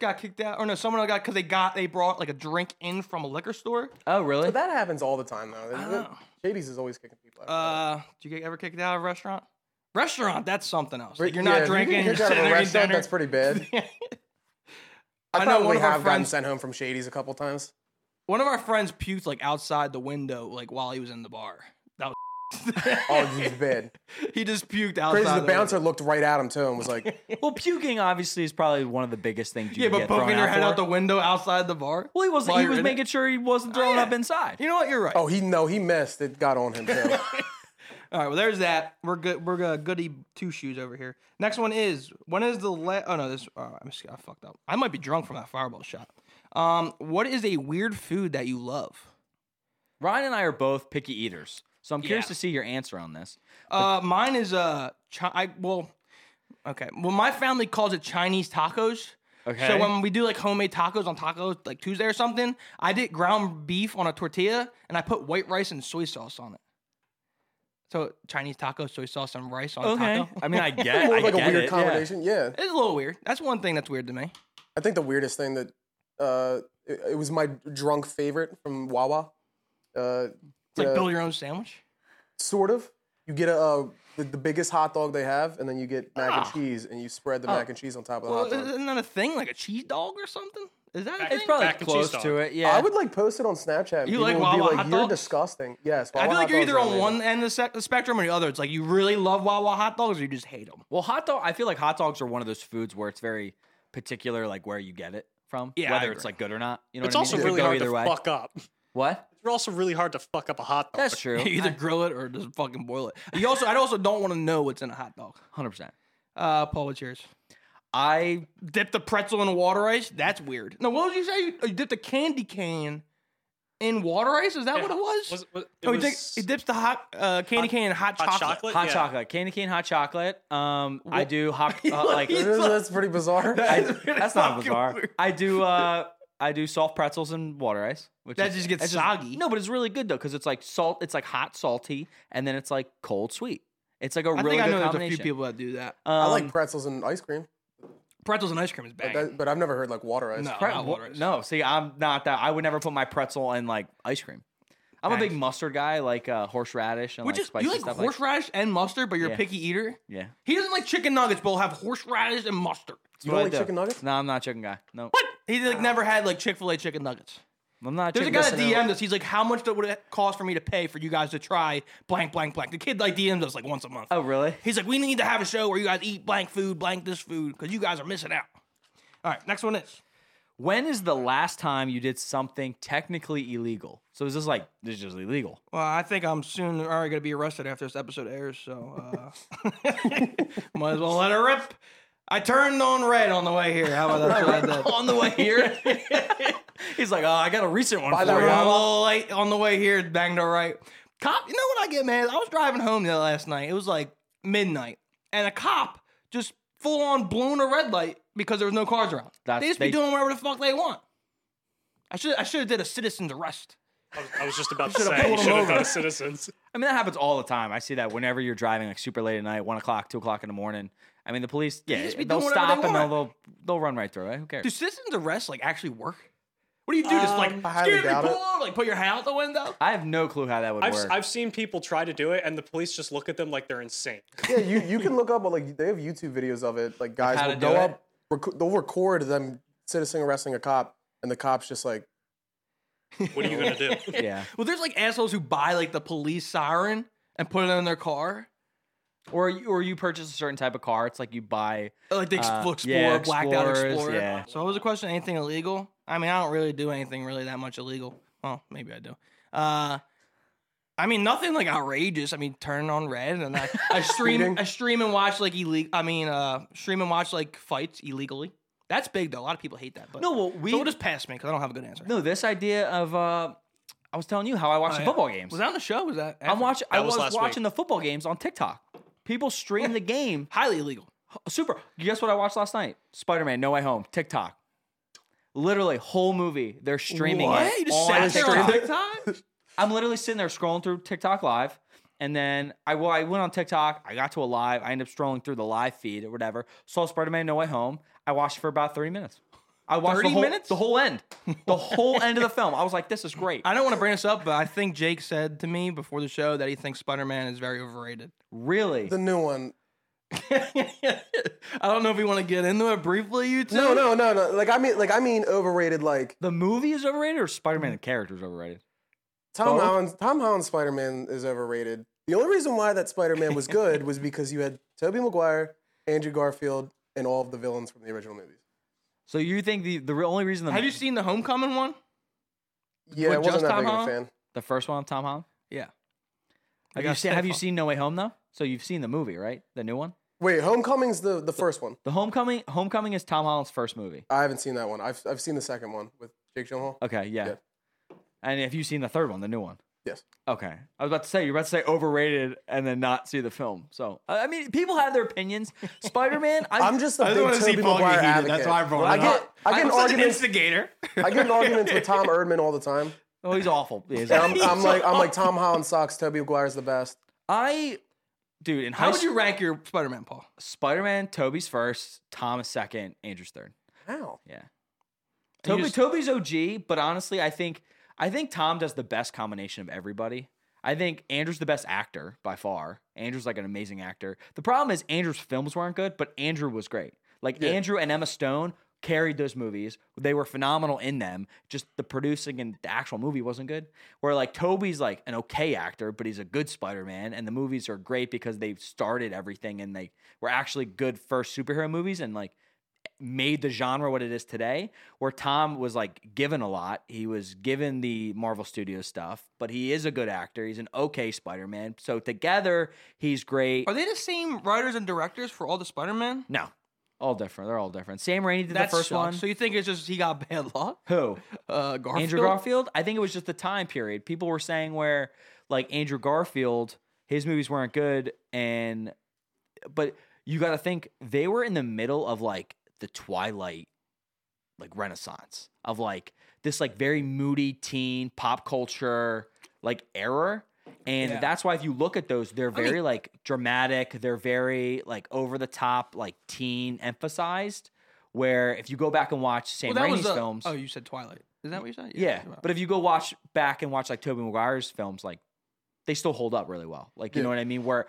S1: got kicked out, or no, someone got because they got they brought like a drink in from a liquor store.
S2: oh, really?
S3: But that happens all the time though.
S1: know.
S3: Shady's is always kicking people out.
S1: Oh. Uh, did you get ever kicked out of a restaurant? Restaurant, that's something else.
S3: But
S1: Like, you're
S3: yeah,
S1: not
S3: if you get
S1: drinking. You are
S3: kicked out of
S1: sitting
S3: a
S1: there eating
S3: restaurant,
S1: dinner.
S3: That's pretty bad.
S1: I
S3: I
S1: know one
S3: probably
S1: of our
S3: have gotten
S1: friends.
S3: sent home from Shady's a couple times.
S1: One of our friends puked like outside the window, like while he was in the bar. That was
S3: Oh, this is bad.
S1: He just puked outside.
S3: Crazy. The
S1: the-
S3: bouncer looked right at him too and was like,
S2: Well, puking obviously is probably one of the biggest things. You
S1: Yeah,
S2: can
S1: but
S2: get thrown
S1: poking your
S2: out
S1: head
S2: for.
S1: out the window outside the bar.
S2: Well, he was
S1: While
S2: he
S1: you're
S2: was
S1: in it.
S2: making sure he wasn't throwing
S1: yeah.
S2: up inside.
S1: You know what? You're right.
S3: "Oh, he no, he missed. It got on him too."
S1: All right. Well, there's that. We're good. We're uh, goody two shoes over here. Next one is when is the la- oh no this uh, I'm just, I fucked up. I might be drunk from that fireball shot. Um, what is a weird food that you love?
S2: Ryan and I are both picky eaters, so I'm curious
S1: Yeah.
S2: to see your answer on this.
S1: Uh, mine is uh, chi- I, well, okay. Well, my family calls it Chinese tacos.
S2: Okay.
S1: So when we do like homemade tacos on tacos like Tuesday or something, I did ground beef on a tortilla and I put white rice and soy sauce on it. So Chinese tacos, soy sauce, and rice on a taco.
S2: I mean, I get,
S3: More
S2: I
S3: of like a
S2: get
S3: weird
S2: it. Yeah.
S3: combination. Yeah.
S1: It's a little weird. That's one thing that's weird to me.
S3: I think the weirdest thing that uh, it, it was my drunk favorite from Wawa. Uh,
S1: It's like
S3: uh,
S1: build your own sandwich.
S3: sort of. You get a uh, the, the biggest hot dog they have, and then you get mac and cheese, and you spread the mac and cheese on top of the
S1: Ah. Oh. Well, uh,
S3: hot dog.
S1: isn't that a thing? Like a cheese dog or something? Is that a thing?
S2: It's probably
S4: Mac and cheese
S2: close
S4: dog.
S2: to it. Yeah.
S3: I would like post it on Snapchat. And
S1: You
S3: people
S1: like
S3: would
S1: Wawa
S3: be
S1: hot
S3: like, "You're
S1: dogs?"
S3: disgusting." Yes,
S1: I feel
S3: Wawa
S1: like
S3: hot
S1: you're
S3: dogs
S1: either
S3: are
S1: on
S3: amazing.
S1: one end of the sec- the spectrum or the other. It's like you really love Wawa hot dogs or you just hate them.
S2: Well, hot dog. I feel like hot dogs are one of those foods where it's very particular, like where you get it from,
S1: Yeah, I
S2: whether
S1: agree.
S2: it's like good or not. You know,
S4: It's
S2: what I mean?
S4: also
S2: It could
S4: really
S2: go
S4: hard
S2: either
S4: to
S2: way.
S4: fuck up.
S2: What?
S4: It's also really hard to fuck up a hot dog.
S2: That's true.
S1: You either grill it or just fucking boil it. You also, I also don't want to know what's in a hot dog.
S2: Hundred percent.
S1: Uh, Paul, what's yours?
S2: I
S1: Dip the pretzel in water ice. That's weird. No, what did you say? You, oh, you dipped a candy cane in water ice? Is that what it was?
S4: Was, was, it
S1: oh, he,
S4: was
S1: dip- he dips the hot uh, candy cane in hot,
S4: hot
S1: chocolate.
S4: chocolate.
S2: hot
S4: Yeah.
S2: chocolate, candy cane, hot chocolate. Um, I do hot uh, like.
S3: It is- That's pretty bizarre.
S2: I-
S1: That's really
S2: that's not
S1: fucking
S2: bizarre.
S1: weird.
S2: I do. uh I do soft pretzels and water ice, which
S1: That
S2: is-
S1: just gets
S2: that's
S1: soggy.
S2: no, but it's really good though because it's like salt. It's like hot, salty, and then it's like cold, sweet. It's like a
S1: I
S2: really
S1: think I
S2: good
S1: know there's a
S2: combination.
S1: few people that do that.
S2: Um,
S3: I like pretzels and ice cream,
S1: Pretzels and ice cream is bad.
S3: but, that, but I've never heard like water ice.
S1: No.
S2: Pre-
S1: not
S2: wha-
S1: water ice.
S2: No, see, I'm not that. I would never put my pretzel in like ice cream. I'm a big
S1: Nice.
S2: mustard guy, like uh, horseradish and
S1: Which
S2: like
S1: is
S2: spicy
S1: you like
S2: stuff.
S1: horseradish and mustard, but you're a
S2: Yeah.
S1: picky eater.
S2: yeah,
S1: He doesn't like chicken nuggets, but will have horseradish and mustard.
S3: You
S2: What
S3: don't
S2: I
S3: like
S2: do.
S3: chicken nuggets?
S2: No, I'm not a chicken guy. No,
S1: He like never had like Chick Fil A chicken nuggets.
S2: I'm not. A
S1: There's a
S2: chicken
S1: guy
S2: guy.
S1: that DM'd us. He's like, "How much would it cost for me to pay for you guys to try blank, blank, blank?" The kid like DMs us like once a month.
S2: Oh, really?
S1: He's like, "We need to have a show where you guys eat blank food, blank this food, because you guys are missing out." All right, next one is
S2: When is the last time you did something technically illegal? So is this like this is just illegal?
S1: Well, I think I'm soon already going to be arrested after this episode airs, so uh, might as well let her rip. I turned on red on the way here. How about that's what I did?
S2: On the way here, he's like, "Oh, I got a recent one
S3: By the
S2: for
S1: We're
S2: you."
S1: a little late on the way here, banged her right. Cop, you know what I get, man? I was driving home the other last night. It was like midnight, and a cop just full on blown a red light because there was no cars around.
S2: That's-
S1: they just be
S2: they-
S1: doing whatever the fuck they want. I should I should have did a citizen's arrest.
S4: I was, I was just about to
S1: Should've
S4: say, you
S1: pulled him
S4: should have
S1: over.
S4: done citizens.
S2: I mean, that happens all the time. I see that whenever you're driving like super late at night, one o'clock, two o'clock in the morning. I mean, the police, yeah,
S1: just be
S2: they'll
S1: doing whatever
S2: stop
S1: they
S2: and they'll,
S1: want.
S2: they'll they'll run right through it. Who cares?
S1: Do citizens arrest like actually work? What do you do? just like
S3: I highly
S1: excuse me,
S3: doubt it.
S1: pull over, like put your hand out the window.
S2: I have no clue how that would
S4: I've,
S2: work.
S4: I've seen people try to do it, and the police just look at them like they're insane.
S3: Yeah, you, you can look up like they have YouTube videos of it. Like guys
S2: how
S3: will
S2: to
S3: go
S2: do
S3: up, rec- they'll record them citizen arresting a cop, and the cops just like
S4: What are you gonna do?
S2: yeah.
S1: Well, there's like assholes who buy like the police siren and put it in their car.
S2: Or you- or you purchase a certain type of car. It's like you buy.
S1: Like the
S2: Uh,
S1: Explorer,
S2: yeah,
S1: blacked out
S2: Explorers,
S1: Explorer.
S2: yeah.
S1: So what was the question? Anything illegal? I mean, I don't really do anything really that much illegal. Well, maybe I do. Uh, I mean, nothing like outrageous. I mean, turn on red and I, I stream,
S3: Speeding.
S1: I stream and watch like illegal. I mean, uh, stream and watch like fights illegally. That's big though. A lot of people hate that. But
S2: well, we
S1: so we'll just pass me because I don't have a good answer.
S2: no this idea of. uh I was telling you how I
S1: Oh,
S2: watch the
S1: yeah.
S2: football games.
S1: Was that on the show? Was that
S2: I'm watching. I
S4: That was
S2: was,
S4: last week.
S2: watching the football games on TikTok. People stream the game.
S1: highly illegal?
S2: Super. Guess what I watched last night? Spider Man No Way Home. TikTok. Literally, whole movie. They're streaming
S1: What?
S2: it
S1: You just
S2: on
S1: sat there on
S2: TikTok.
S1: TikTok?
S2: I'm literally sitting there scrolling through TikTok live. And then I well, I went on TikTok. I got to a live. I ended up scrolling through the live feed or whatever. Saw Spider Man No Way Home. I watched it for about 30 minutes. I watched
S1: 30
S2: the whole,
S1: minutes?
S2: the whole end, the whole end of the film. I was like, "This is great."
S1: I don't want to bring this up, but I think Jake said to me before the show that he thinks Spider Man is very overrated.
S2: Really?
S3: the new one.
S1: I don't know if you want to get into it briefly, you two.
S3: No, no, no, no. Like I mean, like I mean, overrated. Like
S2: The movie is overrated, or Spider Man the character is overrated?
S3: Tom
S2: Both?
S3: Holland. Tom Holland Spider Man is overrated. The only reason why that Spider Man was good was because you had Tobey Maguire, Andrew Garfield, and all of the villains from the original movies.
S2: So you think the the real- only reason the
S1: Have you seen the Homecoming one?
S3: Yeah,
S1: With
S3: I wasn't
S1: just
S3: that
S1: Tom
S3: big of a
S1: Holland?
S3: fan.
S2: the first one, Tom Holland?
S1: Yeah.
S2: Have
S1: gotta
S2: you seen,
S1: stay
S2: Have you
S1: fu-
S2: seen No Way Home though? So you've seen the movie, right? The new one.
S3: Wait, Homecoming's the, the first one.
S2: The Homecoming. Homecoming is Tom Holland's first movie.
S3: I haven't seen that one. I've, I've seen the second one with Jake Gyllenhaal.
S2: Okay, yeah.
S3: Yeah.
S2: And have you seen the third one, the new one?
S3: Yes.
S2: Okay, I was about to say you're about to say overrated and then not see the film. So I I mean, people have their opinions. Spider Man.
S3: I'm just
S5: I
S3: a
S5: just
S3: big
S5: wanna see
S3: Tobey
S5: Paul get
S3: Maguire
S5: heated,
S3: advocate.
S5: that's why I brought
S3: I
S5: it
S3: get,
S5: up.
S3: I get
S1: I'm
S3: in
S1: such an
S3: arguments.
S1: instigator.
S3: I get in arguments with Tom Erdman all the time.
S2: Oh, he's awful. He is
S3: And
S2: awful.
S3: I'm, I'm like I'm like Tom Holland sucks. Toby Maguire's the best.
S2: I, dude, in high
S1: How would you rank your Spider Man, Paul?
S2: Spider Man, Toby's first, Tom is second, Andrew's third.
S3: How?
S2: Yeah. Toby,
S1: just-
S2: Toby's OG, but honestly, I think I think Tom does the best combination of everybody. I think Andrew's the best actor by far. Andrew's like an amazing actor. The problem is Andrew's films weren't good, but Andrew was great. Like Andrew and Emma Stone carried those movies. They were phenomenal in them. Just the producing and the actual movie wasn't good. Where like Toby's like an okay actor, but he's a good Spider-Man and the movies are great because they started everything and they were actually good first superhero movies and like made the genre what it is today where tom was like given a lot he was given the marvel studios stuff but he is a good actor he's an okay spider-man so together he's great
S1: Are they the same writers and directors for all the Spider Man?
S2: no all different they're all different sam raimi did
S1: That
S2: the first
S1: sucks.
S2: one
S1: So you think it's just he got bad luck?
S2: who
S1: Uh, Garfield.
S2: Andrew Garfield? I think it was just the time period. People were saying where like Andrew Garfield, his movies weren't good and but you got to think they were in the middle of like the twilight like renaissance of like this like very moody teen pop culture like era and
S1: Yeah.
S2: that's why if you look at those they're
S1: mean-
S2: very like dramatic they're very like over the top like teen emphasized where if you go back and watch Sam
S1: Well, that
S2: Raimi's
S1: was a,
S2: films
S1: Oh, you said Twilight. Is that what you said?
S2: yeah,
S1: Twilight.
S2: but if you go watch back and watch like Toby Maguire's films, like they still hold up really well. Like you know what I mean? Where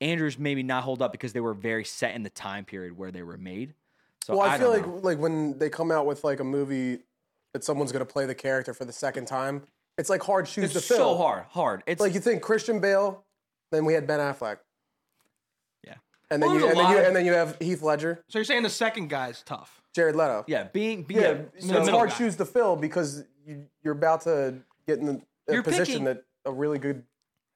S2: Andrews maybe not hold up because they were very set in the time period where they were made. So
S3: Well, I, feel
S2: don't
S3: like
S2: know.
S3: like when they come out with like a movie that someone's gonna play the character for the second time, it's like hard
S2: it's
S3: shoes to fill.
S2: so hard, hard. It's
S3: Like you think Christian Bale, then we had Ben Affleck,
S2: yeah,
S3: and then
S1: Well,
S3: you
S1: there's
S3: and
S1: a
S3: then you,
S1: lot of-
S3: and then you have Heath Ledger,
S1: So you're saying the second guy is tough.
S3: Jared Leto.
S2: yeah, being be-
S3: yeah.
S2: yeah,
S3: so
S2: middle
S3: it's hard
S2: guy.
S3: shoes to fill because you, you're about to get in the a
S2: You're
S3: position
S2: picking-
S3: that a really good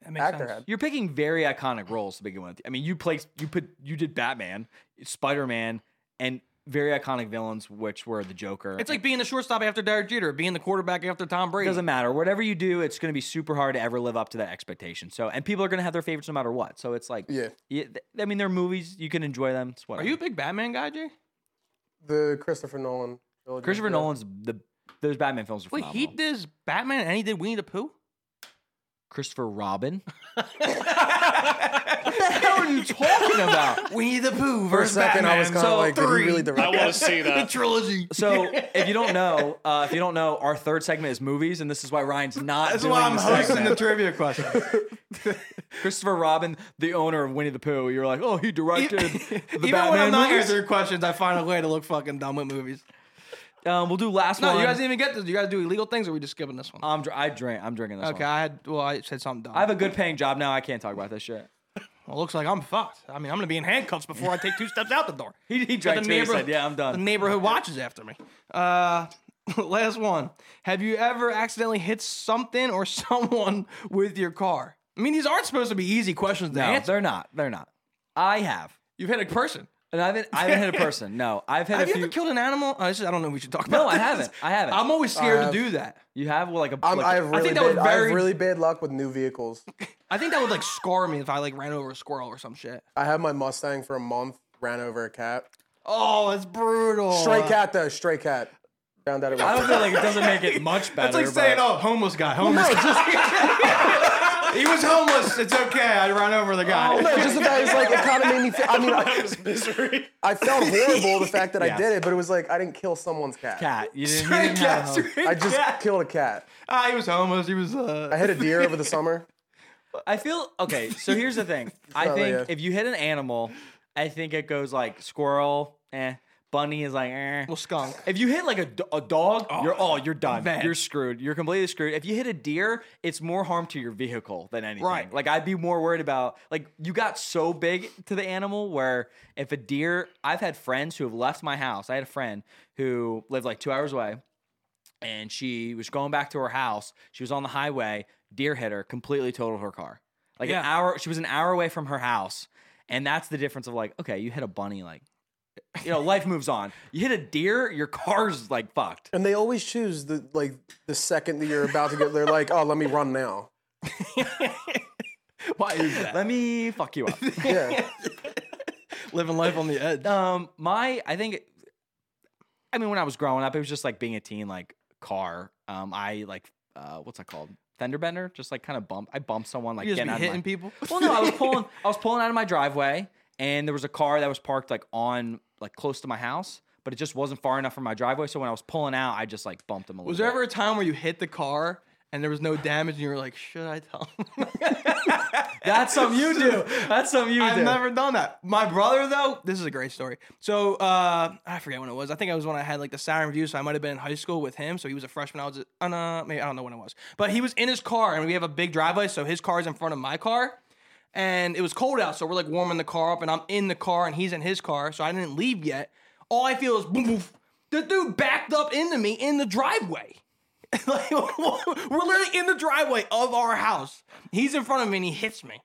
S1: That makes
S3: actor
S1: sense.
S3: had.
S2: You're picking very iconic roles to begin with. I mean, you placed, you put, you did Batman, Spider Man, and very iconic villains, which were the Joker.
S1: It's like being the shortstop after Derek Jeter, being the quarterback after Tom
S2: It
S1: Brady.
S2: doesn't matter. Whatever you do, it's going to be super hard to ever live up to that expectation. So, and people are going to have their favorites no matter what. So it's like,
S3: Yeah.
S2: yeah th- I mean, they're movies. You can enjoy them. It's
S1: Are
S2: whatever.
S1: you a big Batman guy, Jay?
S3: The Christopher Nolan. trilogy.
S2: Christopher
S3: Yeah.
S2: Nolan's the those Batman films are
S1: Wait,
S2: phenomenal.
S1: he did Batman and he did Winnie the Pooh.
S2: Christopher Robin. what the hell are you talking about?
S1: Winnie the Pooh
S3: For a second, I was kind of like, did he really
S4: I
S3: direct?
S4: want to see
S1: the
S4: that.
S1: trilogy.
S2: So, if you don't know, uh, if you don't know, our third segment is movies, and this is why Ryan's not.
S5: That's
S2: doing
S5: why I'm
S2: the
S5: hosting
S2: segment.
S5: the trivia question.
S2: Christopher Robin, the owner of Winnie the Pooh. You're like, oh, he directed the
S1: Even
S2: Batman
S1: when I'm not
S2: movies?
S1: answering questions, I find a way to look fucking dumb with movies.
S2: Um, we'll do last
S1: No,
S2: one.
S1: you guys didn't even get this. You guys do illegal things, or are we just skipping this one?
S3: Uh,
S2: I'm dr- I drink. I'm drinking this one.
S1: okay, I had. Well, I said something dumb.
S2: I have a good paying job now. I can't talk about this shit.
S1: well, looks like I'm fucked. I mean, I'm gonna be in handcuffs before I take two steps out the door.
S2: He, he
S1: But
S2: drank two. He said, "Yeah, I'm
S1: The
S2: done."
S1: neighborhood watches after me. Uh, last one. Have you ever accidentally hit something or someone with your car? I mean, these aren't supposed to be easy questions to
S2: No,
S1: answer.
S2: they're not. They're not. I have,
S1: You've hit a person.
S2: and I haven't. I haven't hit a person. No, I've hit
S1: Have
S2: a
S1: you
S2: few.
S1: ever killed an animal? Oh, this is, I don't know. If we should talk about.
S2: no, I
S1: this.
S2: haven't. I haven't.
S1: I'm always scared to
S3: have.
S1: do that.
S2: you have well, like a.
S3: I'm,
S2: like,
S3: I, have really
S1: think that was
S3: bad, I
S1: very-
S3: have really bad luck with new vehicles.
S1: I think that would like scar me if I like ran over a squirrel or some shit.
S3: I had my Mustang for a month, ran over a cat.
S1: Oh, it's brutal.
S3: Stray cat though, stray cat. Found out it
S2: I
S3: was.
S2: don't feel like it doesn't make it much better.
S5: It's like
S2: but-
S5: saying, "Oh, homeless guy, homeless." guy." he was homeless. It's okay. I ran over the guy.
S3: Oh, no, just the fact it's like it kind of made me feel. I mean, I,
S4: Misery.
S3: I felt horrible the fact that I did it, but it was like I didn't kill someone's cat.
S2: cat. You didn't, you
S5: Straight
S2: didn't
S5: cat,
S2: have a home.
S5: straight
S3: I just
S5: cat.
S3: killed a cat.
S5: Ah, he was homeless. He was. Uh,
S3: I hit a deer over the summer.
S2: I feel okay. So here's the thing. I
S3: Oh,
S2: think
S3: yeah.
S2: if you hit an animal, I think it goes like squirrel, eh. Bunny is like, eh.
S1: Well, skunk.
S2: If you hit like a, do- a dog, you're oh, you're done.
S1: bad.
S2: You're screwed. You're completely screwed. If you hit a deer, it's more harm to your vehicle than anything.
S1: Right.
S2: Like I'd be more worried about like you got so big to the animal where if a deer, I've had friends who have left my house. I had a friend who lived like 2 hours away and she was going back to her house. She was on the highway, deer hit her, completely totaled her car. Like
S1: Yeah.
S2: an hour she was an hour away from her house. And that's the difference of like, okay, you hit a bunny like you know, life moves on. You hit a deer, your car's like fucked.
S3: And they always choose the like the second that you're about to get. They're like, oh, let me run now.
S1: Why is that?
S2: Let me fuck you up.
S3: Yeah,
S1: Living life on the edge.
S2: um, my I think, I mean, when I was growing up, it was just like being a teen, like car. Um, I like uh, what's that called? Fender bender, just like kind of bump. I bumped someone like
S1: You just
S2: getting
S1: be
S2: out of
S1: hitting
S2: my-
S1: people.
S2: Well, no, I was pulling. I was pulling out of my driveway, and there was a car that was parked like on like close to my house, but it just wasn't far enough from my driveway. So when I was pulling out, I just like bumped him a little.
S1: Was there
S2: bit.
S1: ever a time where you hit the car and there was no damage and you were like, should I tell him?
S2: That's something you do. That's something you
S1: I've
S2: do.
S1: never done that. My brother, though, this is a great story. So uh, I forget when it was. I think it was when I had like the siren review, so I might have been in high school with him. So he was a freshman. I was, a, uh, no, maybe I don't know when it was, but he was in his car, and we have a big driveway, so his car's in front of my car. And it was cold out, so we're like warming the car up, and I'm in the car, and he's in his car, so I didn't leave yet. All I feel is boom, boom. The dude backed up into me in the driveway. like, we're literally in the driveway of our house. He's in front of me, and he hits me.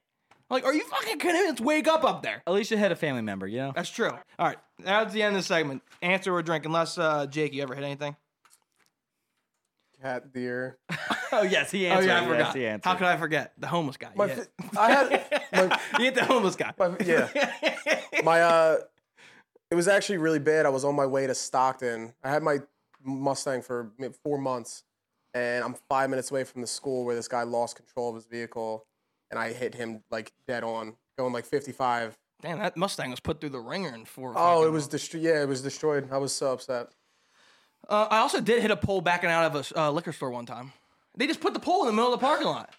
S1: Like, are you fucking kidding me? Let's wake up up there.
S2: At least you hit a family member, you know.
S1: That's true. All right, that's the end of the segment. Answer or drink, unless uh, Jake, you ever hit anything?
S3: cat, deer.
S2: Oh yes, he answered. Yes, he answered.
S1: How could I forget the homeless guy?
S3: My,
S1: yeah.
S3: fi- I had my,
S1: you hit the homeless guy.
S3: my yeah. My uh, it was actually really bad. I was on my way to Stockton. I had my Mustang for m- four months, and I'm five minutes away from the school where this guy lost control of his vehicle, and I hit him like dead on, going like 55.
S1: Damn, that Mustang was put through the ringer in four.
S3: Oh,
S1: fucking-
S3: it was destroyed. Yeah, it was destroyed. I was so upset.
S1: Uh, I also did hit a pole backing out of a uh, liquor store one time. They just put the pole in the middle of the parking lot,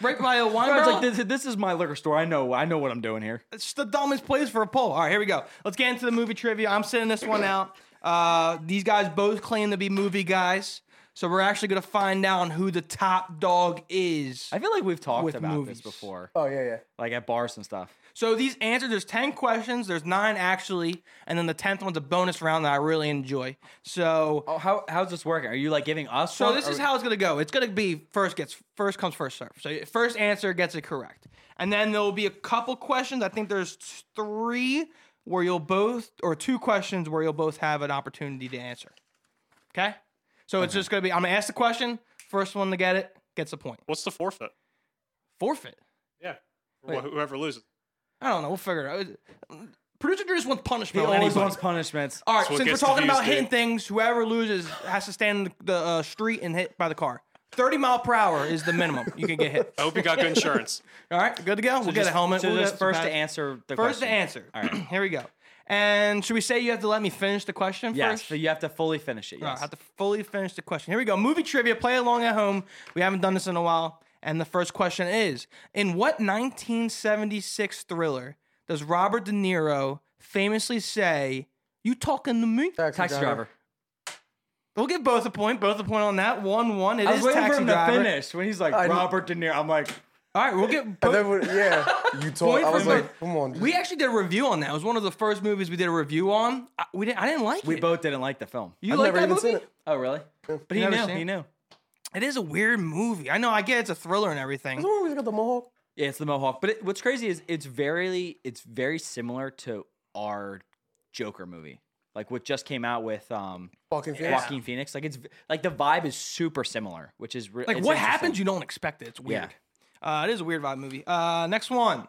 S1: right by a wine
S2: It's
S1: barrel.
S2: like this, this is my liquor store. I know. I know what I'm doing here.
S1: It's the dumbest place for a poll. All right, here we go. Let's get into the movie trivia. I'm sending this one out. Uh, these guys both claim to be movie guys, so we're actually gonna find out who the top dog is.
S2: I feel like we've talked
S1: With
S2: about
S1: movies.
S2: this before,
S3: Oh yeah, yeah.
S2: like at bars and stuff.
S1: So these answers, there's ten questions. There's nine actually, and then the tenth one's a bonus round that I really enjoy. So,
S2: Oh, how how's this working? Are you like giving us?
S1: so
S2: one,
S1: this
S2: or-
S1: is how it's gonna go. It's gonna be first gets first comes first serve. So first answer gets it correct, and then there will be a couple questions. I think there's three where you'll both or two questions where you'll both have an opportunity to answer. Okay, so it's just gonna be I'm gonna ask the question. First one to get it gets a point.
S4: What's the forfeit?
S1: Forfeit.
S4: Yeah. Wh- whoever loses.
S1: I don't know. We'll figure it out. Producer Drew just wants
S2: He
S1: punishment. on
S2: always
S1: anybody.
S2: wants punishments.
S1: All right,
S4: what
S1: since we're
S4: gets the
S1: talking
S4: views,
S1: about hitting
S4: dude.
S1: things, whoever loses has to stand in the uh, street and hit by the car. 30 mile per hour is the minimum you can get
S2: Oh,
S1: hit.
S4: I hope you got good insurance.
S1: All right, good to go. we'll get a helmet.
S2: So
S1: we'll
S2: just
S1: get some
S2: first to
S1: pads.
S2: answer the
S1: First
S2: question.
S1: to answer. All right, here we go. And should we say you have to let me finish the question
S2: Yes,
S1: first?
S2: so you have to fully finish it.
S1: All right, I
S2: Yes.
S1: have to fully finish the question. Here we go. Movie trivia. Play along at home. We haven't done this in a while. And the first question is: In what 1976 thriller does Robert De Niro famously say, "You talking to me"?
S2: Taxi driver.
S1: We'll give both a point. Both a point on that. One one. It
S2: I was
S1: is
S2: waiting
S1: taxi
S2: for him
S1: driver.
S2: to finish when he's like
S3: I-
S2: Robert De Niro. I'm like,
S1: All right, we'll get.
S3: And
S1: Both.
S3: then when- yeah, you told.
S1: Point
S3: I was
S1: for
S3: like,
S1: both.
S3: come on. Just,
S1: We actually did a review on that. It was one of the first movies we did a review on. I, we didn't. I didn't like
S2: we
S1: it.
S2: both didn't like the film.
S1: You
S3: I've
S1: like
S3: never
S1: that
S3: even
S1: movie?
S3: seen it.
S2: oh really? But he
S1: Never
S2: knew.
S1: seen
S2: He
S1: it.
S2: knew.
S1: It is a weird movie. I know. I get it's a thriller and everything.
S3: Is that where we got the mohawk?
S2: Yeah, it's the Mohawk. But it, what's crazy is it's very it's very similar to our Joker movie, like what just came out with um
S3: Fucking Phoenix.
S2: Joaquin Phoenix. Like it's v- like the vibe is super similar, which is re-
S1: Like
S2: it's
S1: what
S2: interesting.
S1: happens, you don't expect it. It's
S2: Yeah.
S1: weird. Uh, it is a weird vibe movie. Uh, next one.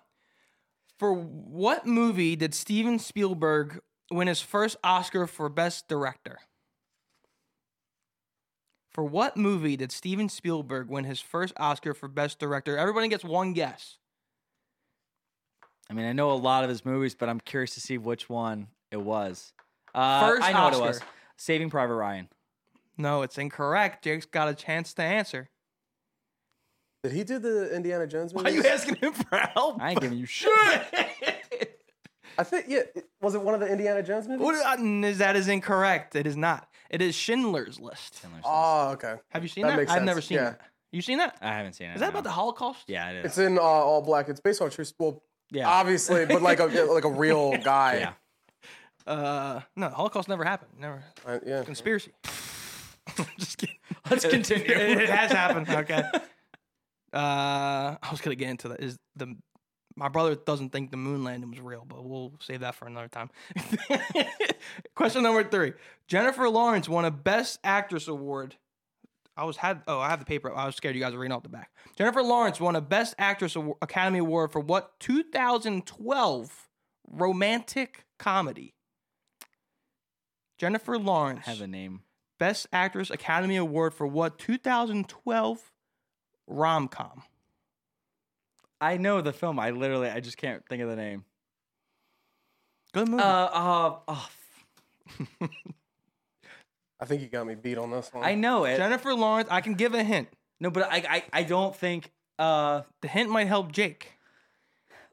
S1: For what movie did Steven Spielberg win his first Oscar for Best Director? For what movie did Steven Spielberg win his first Oscar for Best Director? Everybody gets one guess.
S2: I mean, I know a lot of his movies, but I'm curious to see which one it was. Uh,
S1: First
S2: I know what it was.
S1: Oscar.
S2: Saving Private Ryan.
S1: No, it's incorrect. Jake's got a chance to answer.
S3: Did he do the Indiana Jones movie?
S1: Why are you asking him for help?
S2: I ain't giving you shit.
S3: I I think yeah. it- Was it one of the Indiana Jones movies?
S1: What, uh, n- that is incorrect. It is not. It is Schindler's List.
S3: Oh, okay.
S1: Have you seen
S3: That
S1: that?
S3: makes
S1: I've
S3: sense,
S1: never seen
S3: yeah.
S1: that. You seen that?
S2: I haven't seen it.
S1: Is that
S2: no.
S1: about the Holocaust?
S2: Yeah, it is.
S3: It's in uh, all black. It's based on a true. Well,
S2: Yeah.
S3: obviously, but like a like a real guy.
S2: Yeah.
S1: Uh, no, Holocaust never happened. Never.
S3: Uh, yeah.
S1: Conspiracy. Just kidding.
S2: Let's
S1: it,
S2: continue.
S1: it has happened. Okay. Uh, I was gonna get into that. Is the my brother doesn't think the moon landing was real, but we'll save that for another time. Question number three: Jennifer Lawrence won a Best Actress award. I was had oh I have the paper. up. I was scared you guys were reading off the back. Jennifer Lawrence won a Best Actress Awar- Academy Award for what 2012 romantic comedy? Jennifer Lawrence.
S2: have a name.
S1: Best Actress Academy Award for what 2012 rom com?
S2: I know the film. I literally, I just can't think of the name.
S1: Good movie.
S2: Uh, uh, oh,
S3: I think you got me beat on this one.
S2: I know it.
S1: Jennifer Lawrence. I can give a hint.
S2: No, but I, I, I don't think. Uh,
S1: The hint might help Jake.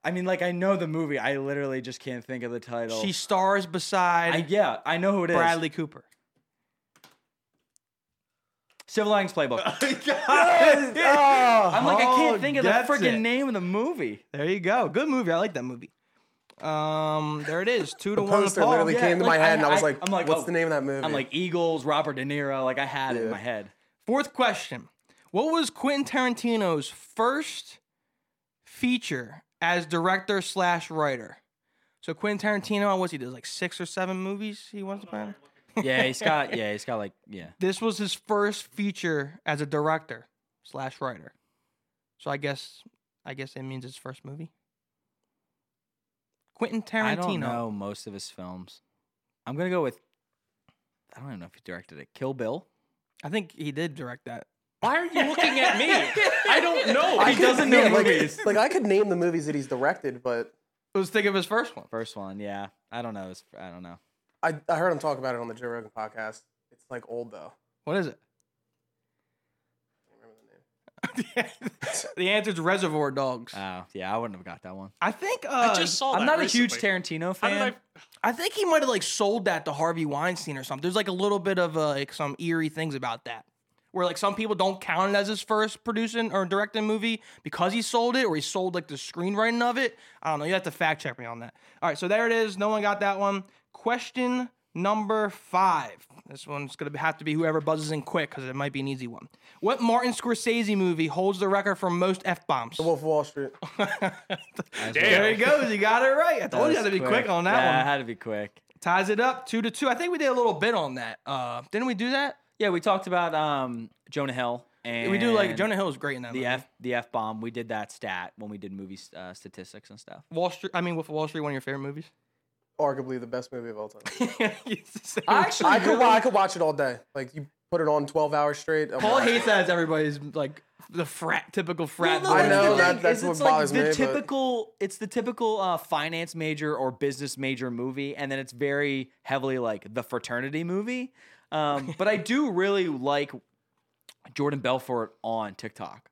S2: I mean, like I know the movie. I literally just can't think of the title.
S1: She stars beside
S2: Oh. I, yeah, I know who it is.
S1: Bradley Cooper.
S2: Civil Lions Playbook.
S3: Ah,
S2: I'm like, I can't think of the
S1: Oh, that's
S2: freaking
S1: it.
S2: name of the movie.
S1: There you go. Good movie. I like that movie. Um, there it is. Two to one. to
S3: poster
S1: Paul.
S3: literally
S2: yeah,
S3: came to
S2: like,
S3: my head,
S2: I-
S3: and I was
S2: I-
S3: like,
S2: I'm like,
S3: "What's
S2: oh.
S3: the name of that movie?"
S2: I'm like Eagles, Robert De Niro. Like I had it in
S3: Yeah.
S2: my head.
S1: Fourth question. What was Quentin Tarantino's first feature as director slash writer? So Quentin Tarantino, what was he? Did like six or seven movies he wants to play?
S2: Yeah, he's got. Yeah, he's got like. Yeah.
S1: this was his first feature as a director slash writer. So I guess I guess it means his first movie. Quentin Tarantino.
S2: I don't know most of his films. I'm gonna go with. I don't even know if he directed it. Kill Bill.
S1: I think he did direct that.
S4: Why are you looking at me? I don't know.
S3: I
S2: He doesn't know
S3: yeah, like,
S2: movies.
S3: Like I could name the movies that he's directed, but
S1: Let's think of his first one.
S2: First one. Yeah. I don't know. It's, I don't know.
S3: I, I heard him talk about it on the Joe Rogan podcast. It's like old though.
S1: What is it? the answer is Reservoir Dogs.
S2: Oh, yeah. I wouldn't have got that one.
S1: I think uh,
S4: Uh, I just saw
S2: I'm
S4: that
S2: not
S4: recently.
S2: a huge Tarantino
S4: How did
S2: fan.
S4: I?
S1: I think he might have like sold that to Harvey Weinstein or something. There's like a little bit of uh, like some eerie things about that. Where like some people don't count it as his first producing or directing movie because he sold it or he sold like the screenwriting of it. I don't know. You have to fact check me on that. All right, so there it is. No one got that one. Question number five. This one's gonna have to be whoever buzzes in quick because it might be an easy one. What Martin Scorsese movie holds the record for most f bombs?
S3: Wolf of Wall Street.
S1: There he
S4: Damn.
S1: goes. You got it right. I told Oh, you you had to be quick, on that
S2: yeah,
S1: one
S2: I had to be quick.
S1: ties it up two to two. I think we did a little bit on that. Uh, didn't we do that?
S2: Yeah, we talked about um, Jonah Hill and
S1: we do like Jonah Hill is great in that.
S2: the
S1: movie.
S2: f the f bomb. We did that stat when we did movie uh, statistics and stuff.
S1: Wall Street. I mean, with Wall Street, one of your favorite movies.
S3: Arguably the best movie of all time.
S1: It's the same.
S2: Actually,
S3: I could wa- I could watch it all day. Like you put it on twelve hours straight. I'm
S1: Paul
S3: like-
S1: hates that as everybody's like the frat, typical frat.
S3: I
S1: boy.
S3: know
S2: the thing
S3: that- that's
S2: is
S3: what
S2: it's like
S3: bothers
S2: the
S3: me, but-
S2: typical. It's the typical uh, finance major or business major movie, and then it's very heavily like the fraternity movie. Um, but I do really like Jordan Belfort on TikTok.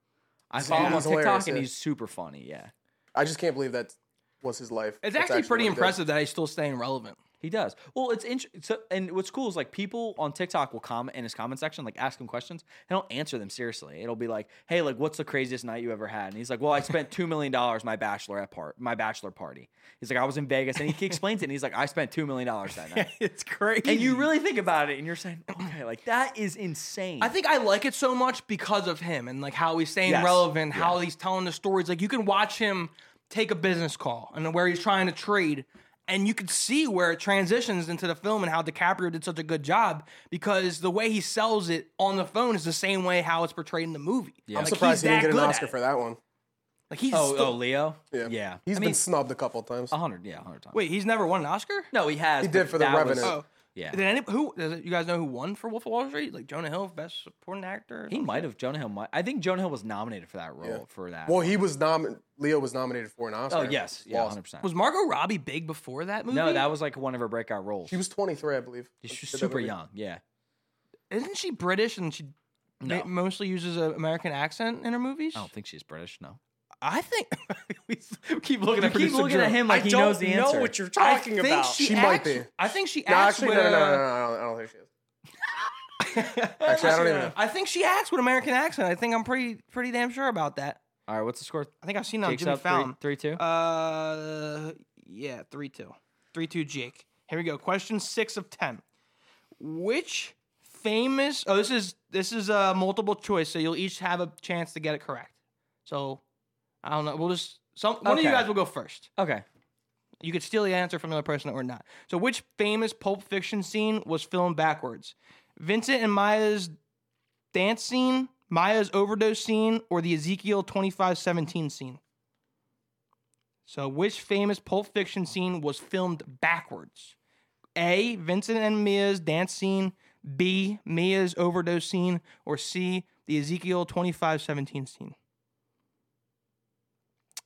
S2: I follow him on
S3: he's
S2: TikTok,
S3: hilarious,
S2: and
S3: yeah.
S2: he's super funny. Yeah,
S3: I just can't believe that was his life.
S1: It's
S3: That's
S1: actually pretty
S3: what he did.
S1: impressive that he's still staying relevant.
S2: He does. Well, it's interesting. So, and what's cool is like people on TikTok will comment in his comment section, like ask him questions. And he'll answer them seriously. It'll be like, "Hey, like, what's the craziest night you ever had?" And he's like, "Well, I spent two million dollars my bachelor at part my bachelor party." He's like, "I was in Vegas," and he explains it. And he's like, "I spent two million dollars that night."
S1: It's crazy.
S2: and you really think about it, and you're saying, "Okay, like that is insane."
S1: I think I like it so much because of him and like how he's staying
S2: Yes.
S1: relevant, how he's telling the stories. Like you can watch him take a business call and where he's trying to trade, and you can see where it transitions into the film and how DiCaprio did such a good job because the way he sells it on the phone is the same way how it's portrayed in the movie. Yeah.
S3: I'm surprised he didn't get an Oscar for that one.
S1: Like he's
S2: Oh,
S1: still-
S2: oh, Leo.
S3: Yeah,
S2: yeah.
S3: He's
S2: I
S3: been
S2: mean, Uh,
S3: snubbed a couple times.
S2: a hundred. Yeah, a hundred times.
S1: wait, he's never won an Oscar.
S2: no, he has.
S3: He did
S2: but
S3: for The
S2: that was-
S3: Revenant.
S1: Oh.
S2: Yeah.
S1: Did any who does it, you guys know who won for Wolf of Wall Street? Like Jonah Hill, best supporting actor. or
S2: He
S1: something?
S2: might have Jonah Hill. Might, I think Jonah Hill was nominated for that role
S3: Yeah.
S2: for that.
S3: Well, he was nom. Leo was nominated for an Oscar.
S2: Oh yes, yeah,
S3: Lost.
S2: hundred percent.
S1: Was Margot Robbie big before that movie?
S2: No, that was like one of her breakout roles.
S3: She was 23, I believe.
S2: She's
S3: when she did that
S2: super
S3: movie.
S2: young. Yeah,
S1: isn't she British and she ma-
S2: No.
S1: mostly uses an American accent in her movies?
S2: I don't think she's British. No,
S1: I think we keep looking
S2: You keep looking at him like
S4: I
S2: he
S4: don't
S2: knows the
S4: know
S2: answer.
S4: what you're
S1: I
S4: talking
S1: think
S4: about.
S1: she,
S3: She might
S1: actu-
S3: be.
S1: I think she
S3: No,
S1: acts
S3: actually, no,
S1: with
S3: no, no,
S1: a-
S3: no, no, I don't, I don't think she is. actually, I don't even know.
S1: I think she acts with American accent. I think I'm pretty pretty damn sure about that.
S2: All right, what's the score?
S1: I think I've seen that on
S2: Jake's
S1: Jimmy
S2: up
S1: Fallon.
S2: three, three two.
S1: Uh, yeah, three two, three two. Jake. Here we go. Question six of ten. Which famous? Oh, this is this is a multiple choice, so you'll each have a chance to get it correct. So I don't know. We'll just some one of you
S2: Okay.
S1: guys will go first.
S2: okay.
S1: You could steal the answer from the other person or not. So, which famous Pulp Fiction scene was filmed backwards? Vincent and Maya's dance scene, Maya's overdose scene, or the Ezekiel twenty five seventeen scene? So, which famous Pulp Fiction scene was filmed backwards? A. Vincent and Mia's dance scene, B. Mia's overdose scene, or C. The Ezekiel twenty five seventeen scene?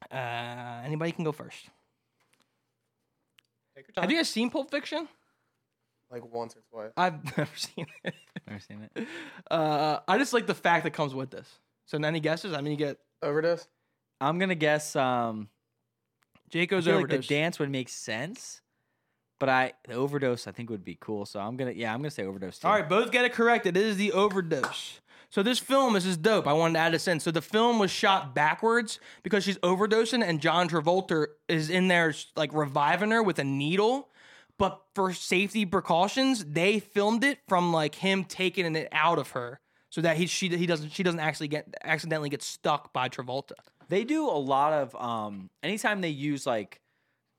S1: Uh, anybody can go first. Have you guys seen Pulp Fiction?
S3: Like once or twice.
S1: I've never seen it.
S2: Never seen it.
S1: Uh, I just like the fact that comes with this. So any guesses? I mean, you get
S3: Overdose?
S2: I'm gonna guess. Um, I
S1: Jaco's
S2: feel
S1: overdose.
S2: like the dance would make sense, but I the overdose I think would be cool. So I'm gonna yeah I'm gonna say overdose. Too.
S1: All right, both get it correct. It is the overdose. So this film, this is dope. I wanted to add this in. So the film was shot backwards because she's overdosing, and John Travolta is in there like reviving her with a needle. But for safety precautions, they filmed it from like him taking it out of her, so that he she he doesn't she doesn't actually get accidentally get stuck by Travolta.
S2: They do a lot of um anytime they use like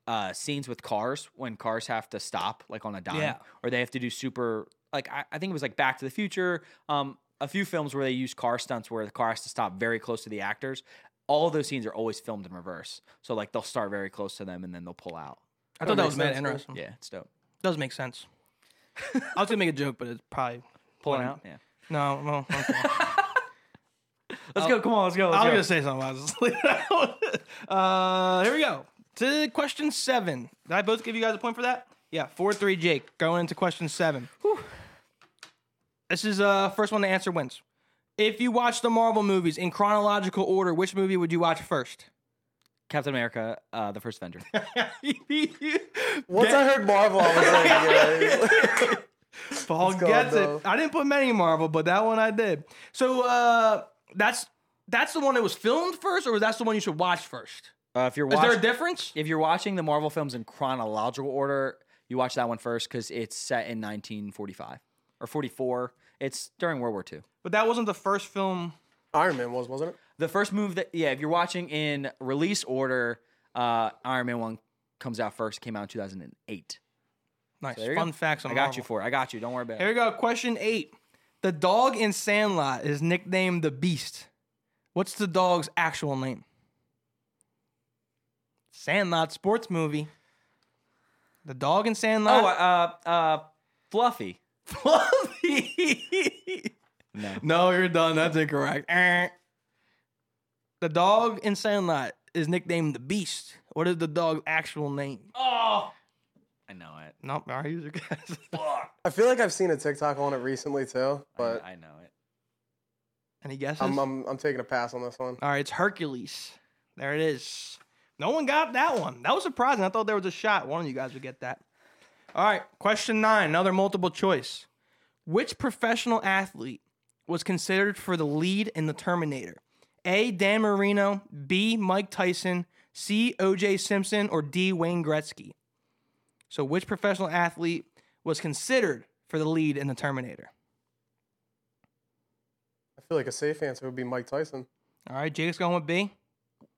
S2: uh scenes with cars when cars have to stop like on a dime
S1: Yeah.
S2: or they have to do super like I, I think it was like Back to the Future, um a few films where they use car stunts where the car has to stop very close to the actors. All those scenes are always filmed in reverse. So like they'll start very close to them and then they'll pull out.
S1: I thought that was
S3: makes
S1: mad
S3: sense, man.
S1: interesting.
S2: Yeah, it's dope.
S1: Does make sense. I was gonna make a joke, but it's probably
S2: Pulling out. Yeah.
S1: no. Well, okay.
S2: Let's go. Come on, let's go. Let's
S1: I was
S2: go.
S1: gonna say something. I was just leaving it out. uh, here we go. To question seven. Did I both give you guys a point for that? Yeah, four three. Jake going into question seven. This is uh first one to answer wins. If you watch the Marvel movies in chronological order, which movie would you watch first?
S2: Captain America, uh, the first Avenger.
S3: Once I heard Marvel, I was like, yeah.
S1: Paul
S3: go,
S1: gets it.
S3: bro.
S1: I didn't put many Marvel, but that one I did. So uh, that's that's the one that was filmed first, or that's the one you should watch first?
S2: Uh, if you're
S1: Is
S2: watching,
S1: there a difference?
S2: if you're watching the Marvel films in chronological order, you watch that one first because it's set in 1945 or 44. It's during World War II.
S1: But that wasn't the first film.
S3: Iron Man was, wasn't it?
S2: The first move that yeah, if you're watching in release order, uh, Iron Man one comes out first. Came out in 2008.
S1: Nice
S2: you
S1: fun
S2: go.
S1: facts.
S2: I
S1: On
S2: got you
S1: Marvel.
S2: for it. I got you. Don't worry about
S1: Here
S2: it.
S1: we go. Question eight. The dog in Sandlot is nicknamed the Beast. What's the dog's actual name? Sandlot sports movie. The dog in
S2: Oh,
S1: Sandlot.
S2: uh, uh, Fluffy. Oh,
S1: Fluffy.
S2: No.
S1: No, you're done. That's incorrect. Eh. the dog in Sandlot is nicknamed the Beast. What is the dog's actual name? Oh,
S2: I know it.
S1: nope. Our user guys.
S3: I feel like I've seen a TikTok on it recently too, but
S2: I know it.
S1: Any guesses?
S3: I'm, I'm, I'm taking a pass on this one.
S1: All right, it's Hercules. There it is. No one got that one. That was surprising. I thought there was a shot. One of you guys would get that. All right, question nine, another multiple choice. Which professional athlete was considered for the lead in The Terminator? A. Dan Marino, B. Mike Tyson, C. O.J. Simpson, or D. Wayne Gretzky? So, which professional athlete was considered for the lead in The Terminator?
S3: I feel like a safe answer would be Mike Tyson.
S1: All right, Jake's going with B.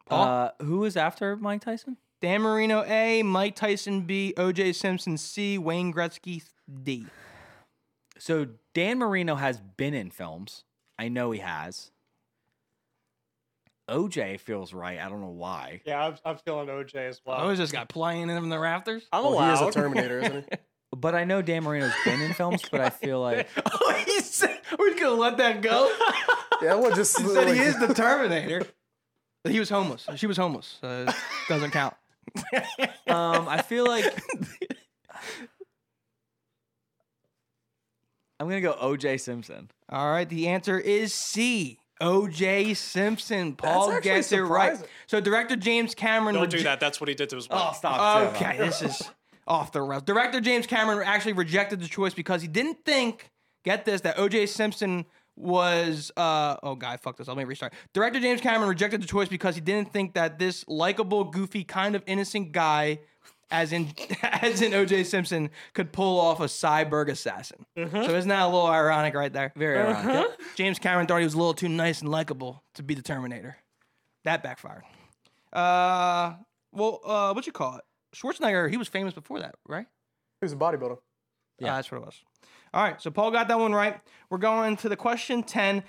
S1: Paul?
S2: Uh, who was after Mike Tyson?
S1: Dan Marino A, Mike Tyson B, OJ Simpson C, Wayne Gretzky D.
S2: So Dan Marino has been in films. I know he has. OJ feels right. I don't know why.
S4: Yeah, I'm, I'm feeling OJ as well.
S1: Oh, he's just got playing in the rafters.
S4: I'm
S3: Well,
S4: allowed.
S3: he is a Terminator, isn't he?
S2: But I know Dan Marino's been in films, but I feel like
S1: oh, he said we're just gonna let that go.
S3: Yeah, well, just
S1: he said
S3: like,
S1: he is the Terminator. he was homeless. She was homeless. So it doesn't count.
S2: um I feel like I'm gonna go OJ Simpson.
S1: All right, the answer is C. O.J. Simpson. Paul
S3: actually
S1: gets it right.
S3: surprising.
S1: So director James Cameron.
S4: Don't do
S1: reje-
S4: that. That's what he did to his wife.
S2: Oh, stop. Tim.
S1: Okay, this is off the rails. Director James Cameron actually rejected the choice because he didn't think, get this, that O.J. Simpson was. Uh, oh, God, fuck this. Let me restart. Director James Cameron rejected the choice because he didn't think that this likable, goofy, kind of innocent guy. As in, as in, O.J. Simpson could pull off a cyborg assassin. So isn't that a little ironic, right there?
S2: Mm-hmm.
S1: Uh-huh.
S2: Very ironic.
S1: James Cameron thought he was a little too nice and likable to be the Terminator. That backfired. Uh, well, uh, what you call it? Schwarzenegger, he was famous before that, right?
S3: He was a bodybuilder.
S1: Yeah, that's what it was. All right, so Paul got that one right. We're going to the question ten.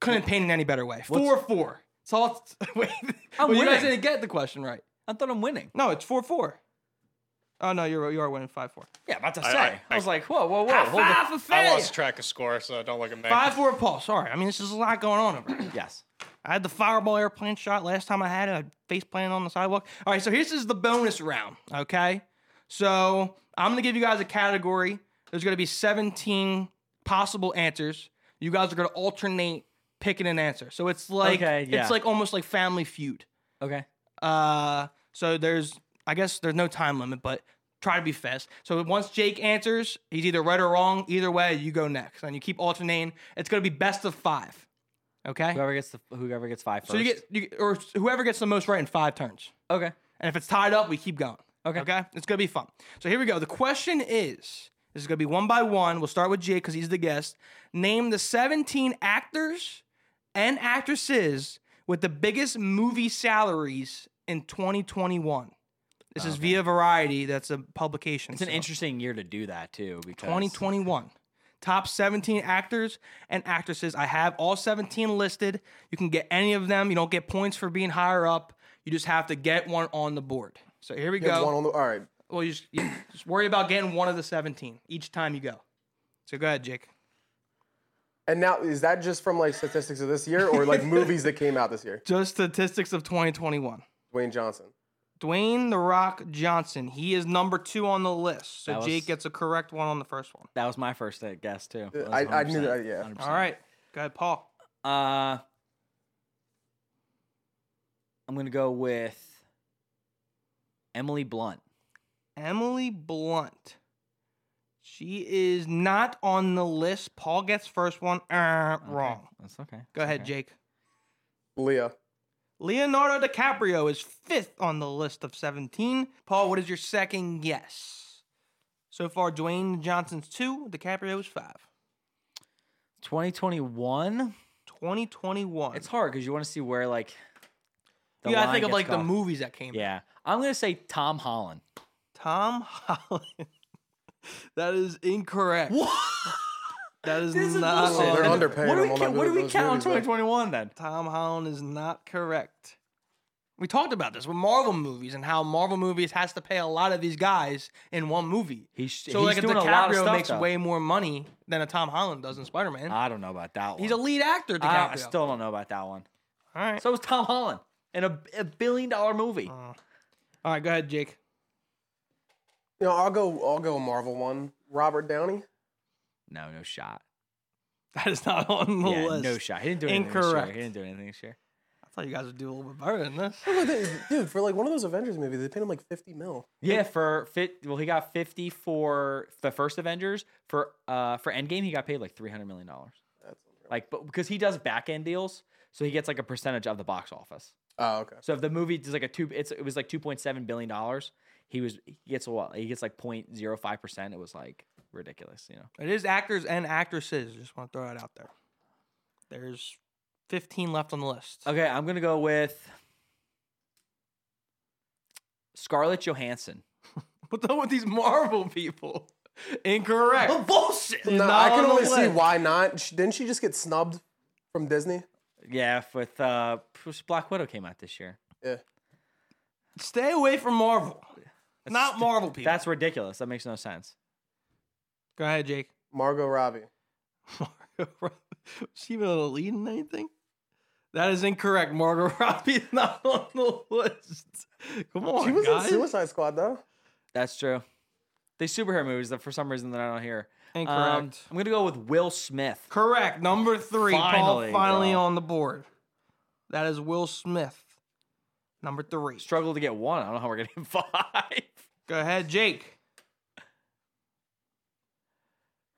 S1: Couldn't paint it any better way. Four four. It's all. Wait, well, you guys
S2: winning.
S1: didn't get the question Oh, right.
S2: I thought I'm winning.
S1: No, it's four four. Oh no, you're you are winning five four.
S2: Yeah, about to say.
S4: I-
S2: I,
S4: I-
S2: was like, whoa, whoa, whoa. Hold on.
S1: Five for
S4: I
S1: failure.
S4: lost track of score, so don't look at me.
S1: Five four, Paul. Sorry, I mean this is a lot going on over. here.
S2: Yes.
S1: I had the fireball airplane shot last time I had it. I face planted on the sidewalk. All right, so here's is the bonus round. Okay, so I'm gonna give you guys a category. There's gonna be 17 possible answers. You guys are gonna alternate picking an answer. So it's like
S2: Okay, yeah.
S1: it's like almost like Family Feud.
S2: Okay.
S1: Uh, so there's I guess there's no time limit, but try to be fast. So once Jake answers, he's either right or wrong. Either way, you go next, and you keep alternating. It's gonna be best of five. Okay.
S2: Whoever gets the whoever gets five first.
S1: So you get, you get- or whoever gets the most right in five turns.
S2: okay.
S1: And if it's tied up, we keep going.
S2: Okay.
S1: Okay. It's gonna be fun. So here we go. The question is: This is gonna be one by one. We'll start with Jake because he's the guest. Name the 17 actors and actresses with the biggest movie salaries in 2021. This is via Variety. That's a publication.
S2: Oh, It's an interesting year to do that too because
S1: 2021. Top 17 actors and actresses. I have all 17 listed. You can get any of them. You don't get points for being higher up. You just have to get one on the board. So here we
S3: He had
S1: go.
S3: one on the. All right.
S1: well, you just, yeah, just worry about getting one of the 17 each time you go. So go ahead, Jake.
S3: And now is that just from like statistics of this year or like movies that came out this year?
S1: Just statistics of 2021.
S3: Dwayne Johnson.
S1: Dwayne The Rock Johnson. He is number two on the list. So
S2: That was-
S1: Jake gets a correct one on the first one.
S2: That was my first uh, guess too. That was
S3: I- I knew
S2: 100%,
S3: that, yeah.
S2: 100%.
S1: All right. Go ahead, Paul.
S2: Uh, I'm gonna go with Emily Blunt.
S1: Emily Blunt. She is not on the list. Paul gets first one. Uh, Wrong.
S2: That's okay.
S1: Go ahead, Jake.
S3: Leah.
S1: Leonardo DiCaprio is fifth on the list of 17. Paul, what is your second guess? So far, Dwayne Johnson's two, DiCaprio is five.
S2: 2021.
S1: 2021.
S2: It's hard because you want to see where like. the
S1: you gotta
S2: line
S1: think of
S2: gets
S1: like the
S2: drawn.
S1: movies that came. out.
S2: Yeah, I'm gonna say Tom Holland.
S1: Tom Holland. that is incorrect. That is
S2: This is
S1: not.
S2: bullshit.
S1: on
S3: they're
S1: the-
S3: underpaid
S2: What do
S3: him
S2: we,
S3: on
S2: ca-
S3: that-
S2: what do we
S3: those
S2: count on
S3: movies, though.
S2: 2021 then?
S1: Tom Holland is not correct. We talked about this with Marvel movies and how Marvel movies has to pay a lot of these guys in one movie.
S2: He's-
S1: so
S2: he's
S1: like if
S2: doing a
S1: DiCaprio
S2: lot of stuff,
S1: makes
S2: though.
S1: way more money than a Tom Holland does in Spider Man.
S2: I don't know about that one.
S1: He's a lead actor. DiCaprio.
S2: I, I still don't know about that one.
S1: All right.
S2: So was Tom Holland in a, a billion dollar movie.
S3: Uh.
S1: All right. Go ahead, Jake.
S3: You know, I'll go. I'll go Marvel one. Robert Downey.
S2: no, no shot.
S1: That is not on the
S2: Yeah,
S1: list.
S2: no shot. He didn't do anything this year.
S1: Incorrect.
S2: He didn't do anything this year.
S1: I thought you guys would do a little bit better than this.
S3: Look at this- Dude, for like one of those Avengers movies, they paid him like fifty mil.
S2: Yeah, for fit. Well, he got fifty for the first Avengers. For uh, for Endgame, he got paid like three hundred million dollars.
S3: That's unreal.
S2: Like, but because he does back end deals, so he gets like a percentage of the box office.
S3: Oh, okay.
S2: So if the movie does like a two, it's it was like two point seven billion dollars. He was he gets a what? He gets like 0.05 percent. It was like ridiculous, you know.
S1: It is actors and actresses. Just want to throw that out there. There's 15 left on the list.
S2: Okay, I'm gonna go with Scarlett Johansson.
S1: What's up with these Marvel people? Incorrect. bullshit.
S3: Oh, No, I can only see why not. She, didn't she just get snubbed from Disney?
S2: Yeah, with uh, Black Widow came out this year.
S3: Yeah.
S1: Stay away from Marvel. Not Marvel people.
S2: That's ridiculous. That makes no sense.
S1: Go ahead, Jake.
S3: Margot Robbie.
S1: Margot Robbie. Was she even on the lead in anything? That is incorrect. Margot Robbie is not on the list. Come on,
S3: She was
S1: guys.
S3: in Suicide Squad though.
S2: That's true. These superhero movies that for some reason that I don't hear. Um,
S1: Incorrect.
S2: I'm gonna go with Will Smith.
S1: Correct. Number three.
S2: Finally,
S1: Paul finally
S2: bro.
S1: on the board. That is Will Smith. Number three.
S2: Struggled to get one. I don't know how we're gonna get five.
S1: Go ahead, Jake.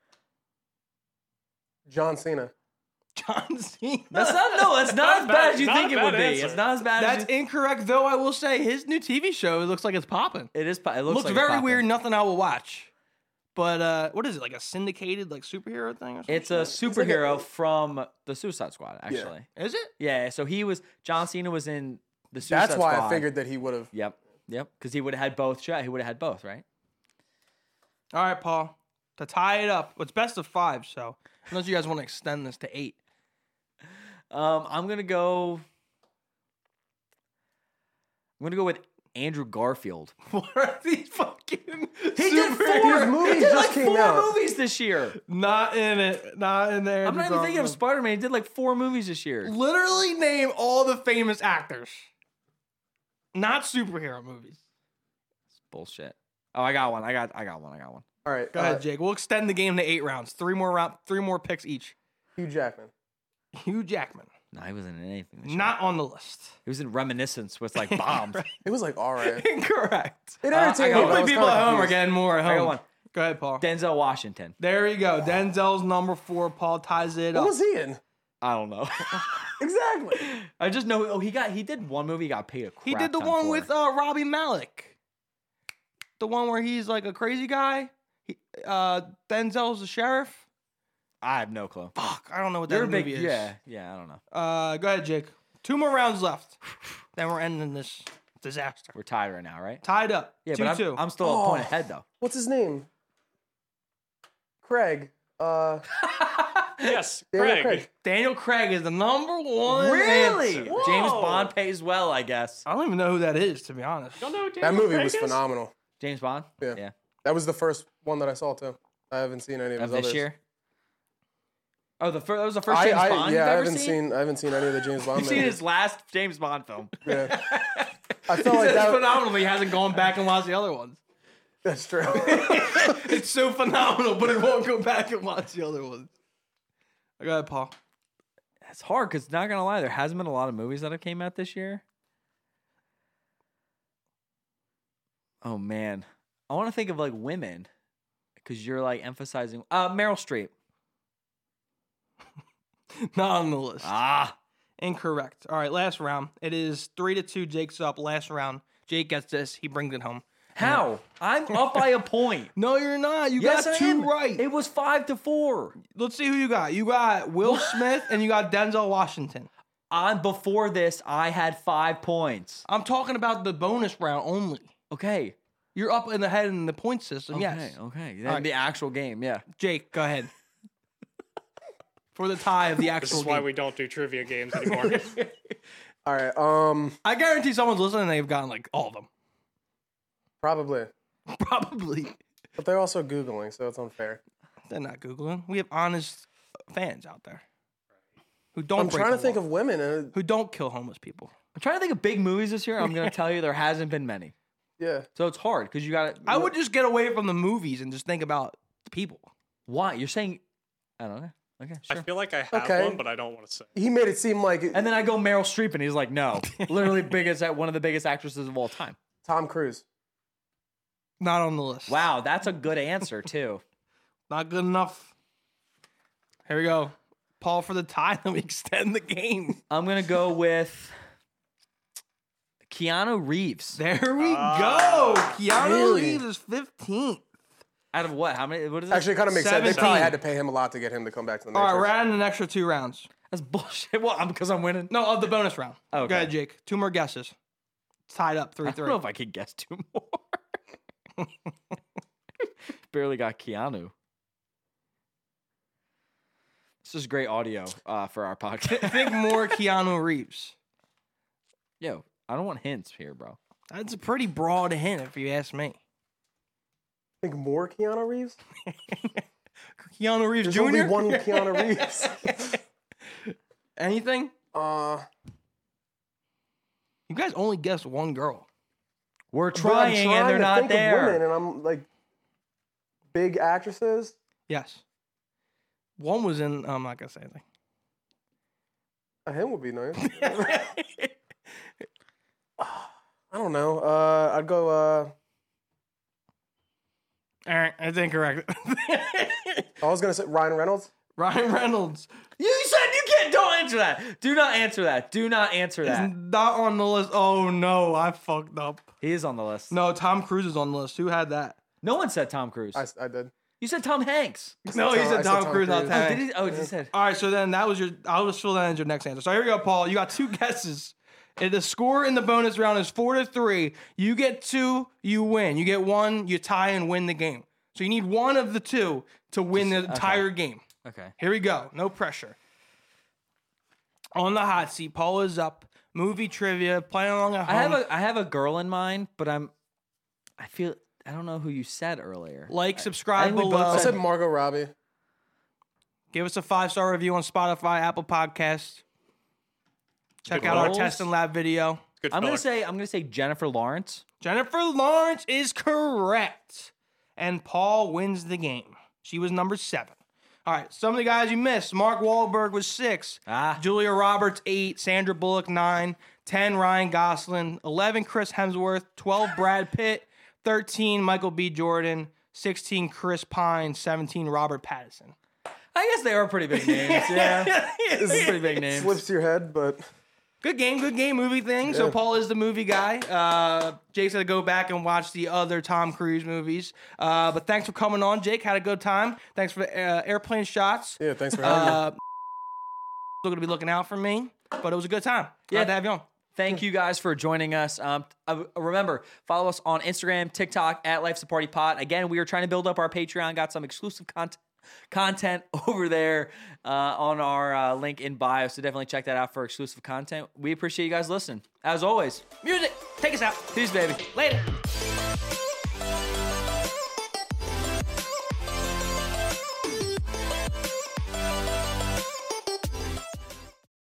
S3: John Cena.
S1: John Cena.
S2: That's not no. That's not as bad as you
S4: Not a
S2: think it
S4: bad
S2: would be.
S4: answer.
S2: It's not as bad.
S1: That's
S2: as you,
S1: incorrect, though. I will say his new TV show. It looks like it's popping.
S2: it is. po- It looks,
S1: Looks,
S2: like a
S1: very
S2: pop-up.
S1: weird. Nothing I will watch. But uh, what is it like a syndicated like superhero thing? Or something?
S2: It's a superhero from the Suicide Squad, actually.
S1: Is it?
S2: Yeah. so he was John Cena was in the Suicide
S3: That's why
S2: Squad.
S3: I figured that he would have.
S2: Yep. Yep. Because he would have had both. shot- He would have had both, right?
S1: All right, Paul. To tie it up, it's best of five. So unless you guys want to extend this to eight,
S2: Um, I'm gonna go. I'm gonna go with Andrew Garfield.
S1: what are these fucking?
S2: He did
S3: His
S2: four.
S3: movies
S2: He did
S3: just
S2: like
S3: came
S2: four
S3: out.
S2: movies this year.
S1: Not in it. Not in there.
S2: I'm not even thinking of Spider Man. He did like four movies this year.
S1: Literally name all the famous actors. Not superhero movies.
S2: Bullshit. Oh, I got one. I got. I got one. I got one.
S3: All right.
S1: Go
S3: uh,
S1: ahead, Jake. We'll extend the game to eight rounds. Three more round. Three more picks each.
S3: Hugh Jackman.
S1: Hugh Jackman.
S2: No, he wasn't in anything. This year.
S1: Not on the list.
S2: He was in Reminiscence with like bombs.
S3: It was like all right.
S1: Incorrect.
S3: It
S2: Uh, I
S3: entertained.
S2: got
S3: me, but I
S1: Hopefully,
S3: was
S1: people
S3: kinda
S1: at home are
S3: confused.
S1: getting more at
S2: I
S1: home.
S2: got one.
S1: Go ahead, Paul.
S2: Denzel Washington.
S1: there you go. Denzel's number four. Paul ties it
S3: What
S1: up.
S3: was he in?
S2: I don't know.
S3: Exactly.
S2: I just know. Oh, he got. He did one movie. He got paid a. Crap
S1: He did the
S2: ton
S1: one
S2: for.
S1: with uh, Robbie Malik. The one where he's like a crazy guy. He, uh, Denzel's the sheriff.
S2: I have no clue.
S1: Fuck, I don't know what that
S2: You're a big.
S1: movie is.
S2: Yeah. Yeah. I don't know.
S1: Uh, go ahead, Jake. Two more rounds left. Then we're ending this disaster.
S2: We're tied right now, right?
S1: Tied up.
S2: Yeah,
S1: two
S2: but I'm,
S1: two. Oh.
S2: I'm still a point ahead though.
S3: What's his name? Craig. Uh,
S4: Yes,
S3: Daniel
S4: Craig.
S3: Craig.
S1: Daniel Craig is the number one. answer.
S2: James Bond pays well, I guess.
S1: I don't even know who that is, to be honest.
S4: Y'all know who
S3: That
S4: Daniel
S3: movie
S4: Craig
S3: was
S4: is?
S3: phenomenal.
S2: James Bond.
S3: Yeah.
S2: Yeah.
S3: That was the first one that I saw too. I haven't seen any of
S2: Of
S3: his
S2: this
S3: others.
S2: year. Oh, the first. That was the first
S3: I,
S2: James
S3: I,
S2: Bond
S3: yeah,
S2: you've
S3: I
S2: ever
S3: haven't seen? I haven't seen any of the James Bond
S2: You've seen
S3: movies.
S2: his last James Bond film.
S3: Yeah. I felt like
S1: That's
S3: that.
S1: phenomenal. He hasn't gone back and watched the other ones.
S3: That's true.
S1: It's so phenomenal, but it won't go back and watch the other ones. Go ahead, Paul.
S2: It's hard because not gonna lie, there hasn't been a lot of movies that have came out this year. Oh man, I want to think of like women because you're like emphasizing uh Meryl Streep.
S1: Not on the list.
S2: Ah,
S1: Incorrect. All right, last round. It is three to two. Jake's up. Last round. Jake gets this. He brings it home.
S2: how I'm up by a point.
S1: No, you're not. You
S2: Yes,
S1: got
S2: I
S1: two
S2: am.
S1: right.
S2: It was five to four.
S1: Let's see who you got. You got Will Smith and you got Denzel Washington.
S2: On before this, I had five points.
S1: I'm talking about the bonus round only.
S2: Okay.
S1: You're up in the head in the point system.
S2: Okay.
S1: Yes.
S2: Okay. Then
S1: Alright.
S2: the actual game. Yeah.
S1: Jake, go ahead. For the tie of the
S4: This
S1: actual
S4: is why
S1: game.
S4: we don't do trivia games anymore.
S3: All right. Um,
S1: I guarantee someone's listening and they've gotten like all of them.
S3: probably.
S1: Probably.
S3: But they're also googling, so it's unfair.
S1: They're not Googling. We have honest fans out there who don't
S3: I'm
S1: break
S3: trying to
S1: the
S3: think
S1: law,
S3: of women, and
S1: who don't kill homeless people.
S2: I'm trying to think of big movies this year. I'm gonna tell you there hasn't been many,
S3: yeah,
S2: so it's hard because you got.
S1: I would just get away from the movies and just think about the people.
S2: Why you're saying? I don't know. Okay.
S4: I
S2: Sure.
S4: feel like I have
S3: Okay.
S4: one, but I don't want to say. it.
S3: he made it seem like it-
S2: And then I go Meryl Streep, and he's like, "No, literally biggest at one of the biggest actresses of all time."
S3: Tom Cruise.
S1: Not on the list.
S2: Wow, that's a good answer too.
S1: Not good enough. Here we go. Paul for the tie, then we extend the game.
S2: I'm gonna go with Keanu Reeves.
S1: There we
S3: Ah,
S1: go. Keanu
S3: really?
S1: Reeves is 15th.
S2: Out of what? How many? What is it?
S3: Actually, it kind of makes sense. They probably
S1: 17.
S3: had to pay him a lot to get him to come back to the
S1: All
S3: Matrix.
S1: right, we're adding an extra two rounds.
S2: That's bullshit. Well, I'm because I'm winning.
S1: No, of the bonus round.
S3: Oh,
S2: Okay.
S1: Go ahead, Jake. Two more guesses. It's tied up 3
S2: I
S1: 3.
S2: don't know if I could guess two more. Barely got Keanu. This is great audio uh, for our podcast.
S1: think more Keanu Reeves.
S2: Yo, I don't want hints here, bro.
S1: That's a pretty broad hint, if you ask me.
S3: think more Keanu Reeves.
S1: Keanu Reeves
S3: There's
S1: Jr.
S3: only one Keanu Reeves.
S1: Anything?
S3: Uh,
S1: You guys only guessed one girl.
S2: We're
S3: but I'm
S2: trying, and they're
S3: to
S2: not
S3: think of
S2: there.
S3: Women, and I'm like big actresses.
S1: Yes. One was in. I'm not gonna say anything.
S3: A hymn Uh, would be nice. I don't know. Uh, I'd go. Uh,
S1: All right, it's incorrect.
S3: I was gonna say Ryan Reynolds.
S1: Ryan Reynolds
S2: You said you can't. Don't answer that. Do not answer that. Do not answer
S1: is
S2: that.
S1: not on the list. Oh no, I fucked up.
S2: He is on the list.
S1: No, Tom Cruise is on the list. Who had that?
S2: No one said Tom Cruise.
S3: I, s- I did.
S2: you said Tom Hanks.
S1: No,
S3: Tom-
S1: he
S3: I
S1: said
S3: said
S1: Tom,
S3: Tom
S1: Cruise, not
S3: Cruise.
S1: Tom
S2: Oh, did
S1: Hanks.
S2: he? Oh, he just said.
S1: All right, so then that was your. I'll just fill that in as your next answer. So here we go, Paul. You got two guesses. And the score in the bonus round is four to three. You get two, you win. You get one, you tie and win the game. So you need one of the two to win the entire game.
S2: Okay.
S1: Here we go. No pressure. On the hot seat, Paul is up. Movie trivia, playing along at home.
S2: I have a I have a girl in mind, but I'm. I feel I don't know who you said earlier.
S1: like, subscribe
S2: think we both
S1: below.
S3: I said Margot Robbie.
S1: Give us a five star review on Spotify, Apple Podcasts. Check
S4: Good
S1: out our
S4: roles.
S1: test and lab video.
S4: Good
S2: I'm
S4: fella.
S2: gonna say I'm gonna say Jennifer Lawrence.
S1: Jennifer Lawrence is correct. And Paul wins the game. She was number seven. All right, some of the guys you missed. Mark Wahlberg was six.
S2: Ah.
S1: Julia Roberts, eight. Sandra Bullock, nine. Ten, Ryan Gosling. Eleven, Chris Hemsworth. Twelve, Brad Pitt. Thirteen, Michael B. Jordan. Sixteen, Chris Pine. Seventeen, Robert Pattinson.
S2: I guess they are pretty big names. Yeah, They're pretty big names.
S3: Slips your head, but
S1: Good game, good game, movie thing. So Paul is the movie guy. Uh, Jake said to go back and watch the other Tom Cruise movies. Uh, but thanks for coming on, Jake. Had a good time. Thanks for the uh, airplane shots.
S3: yeah. Thanks for having me.
S1: Uh, still gonna be looking out for me, but it was a good time.
S2: Yeah.
S1: Glad to have you on.
S2: Thank you guys for joining us. Um, uh, remember, follow us on Instagram, TikTok at Life's a Party Pot. Again, we are trying to build up our Patreon. Got some exclusive content content over there uh, on our uh, link in bio. So definitely check that out for exclusive content. We appreciate you guys listening. As always,
S1: Music, take us out.
S2: peace, baby.
S1: Later.
S6: Thank you.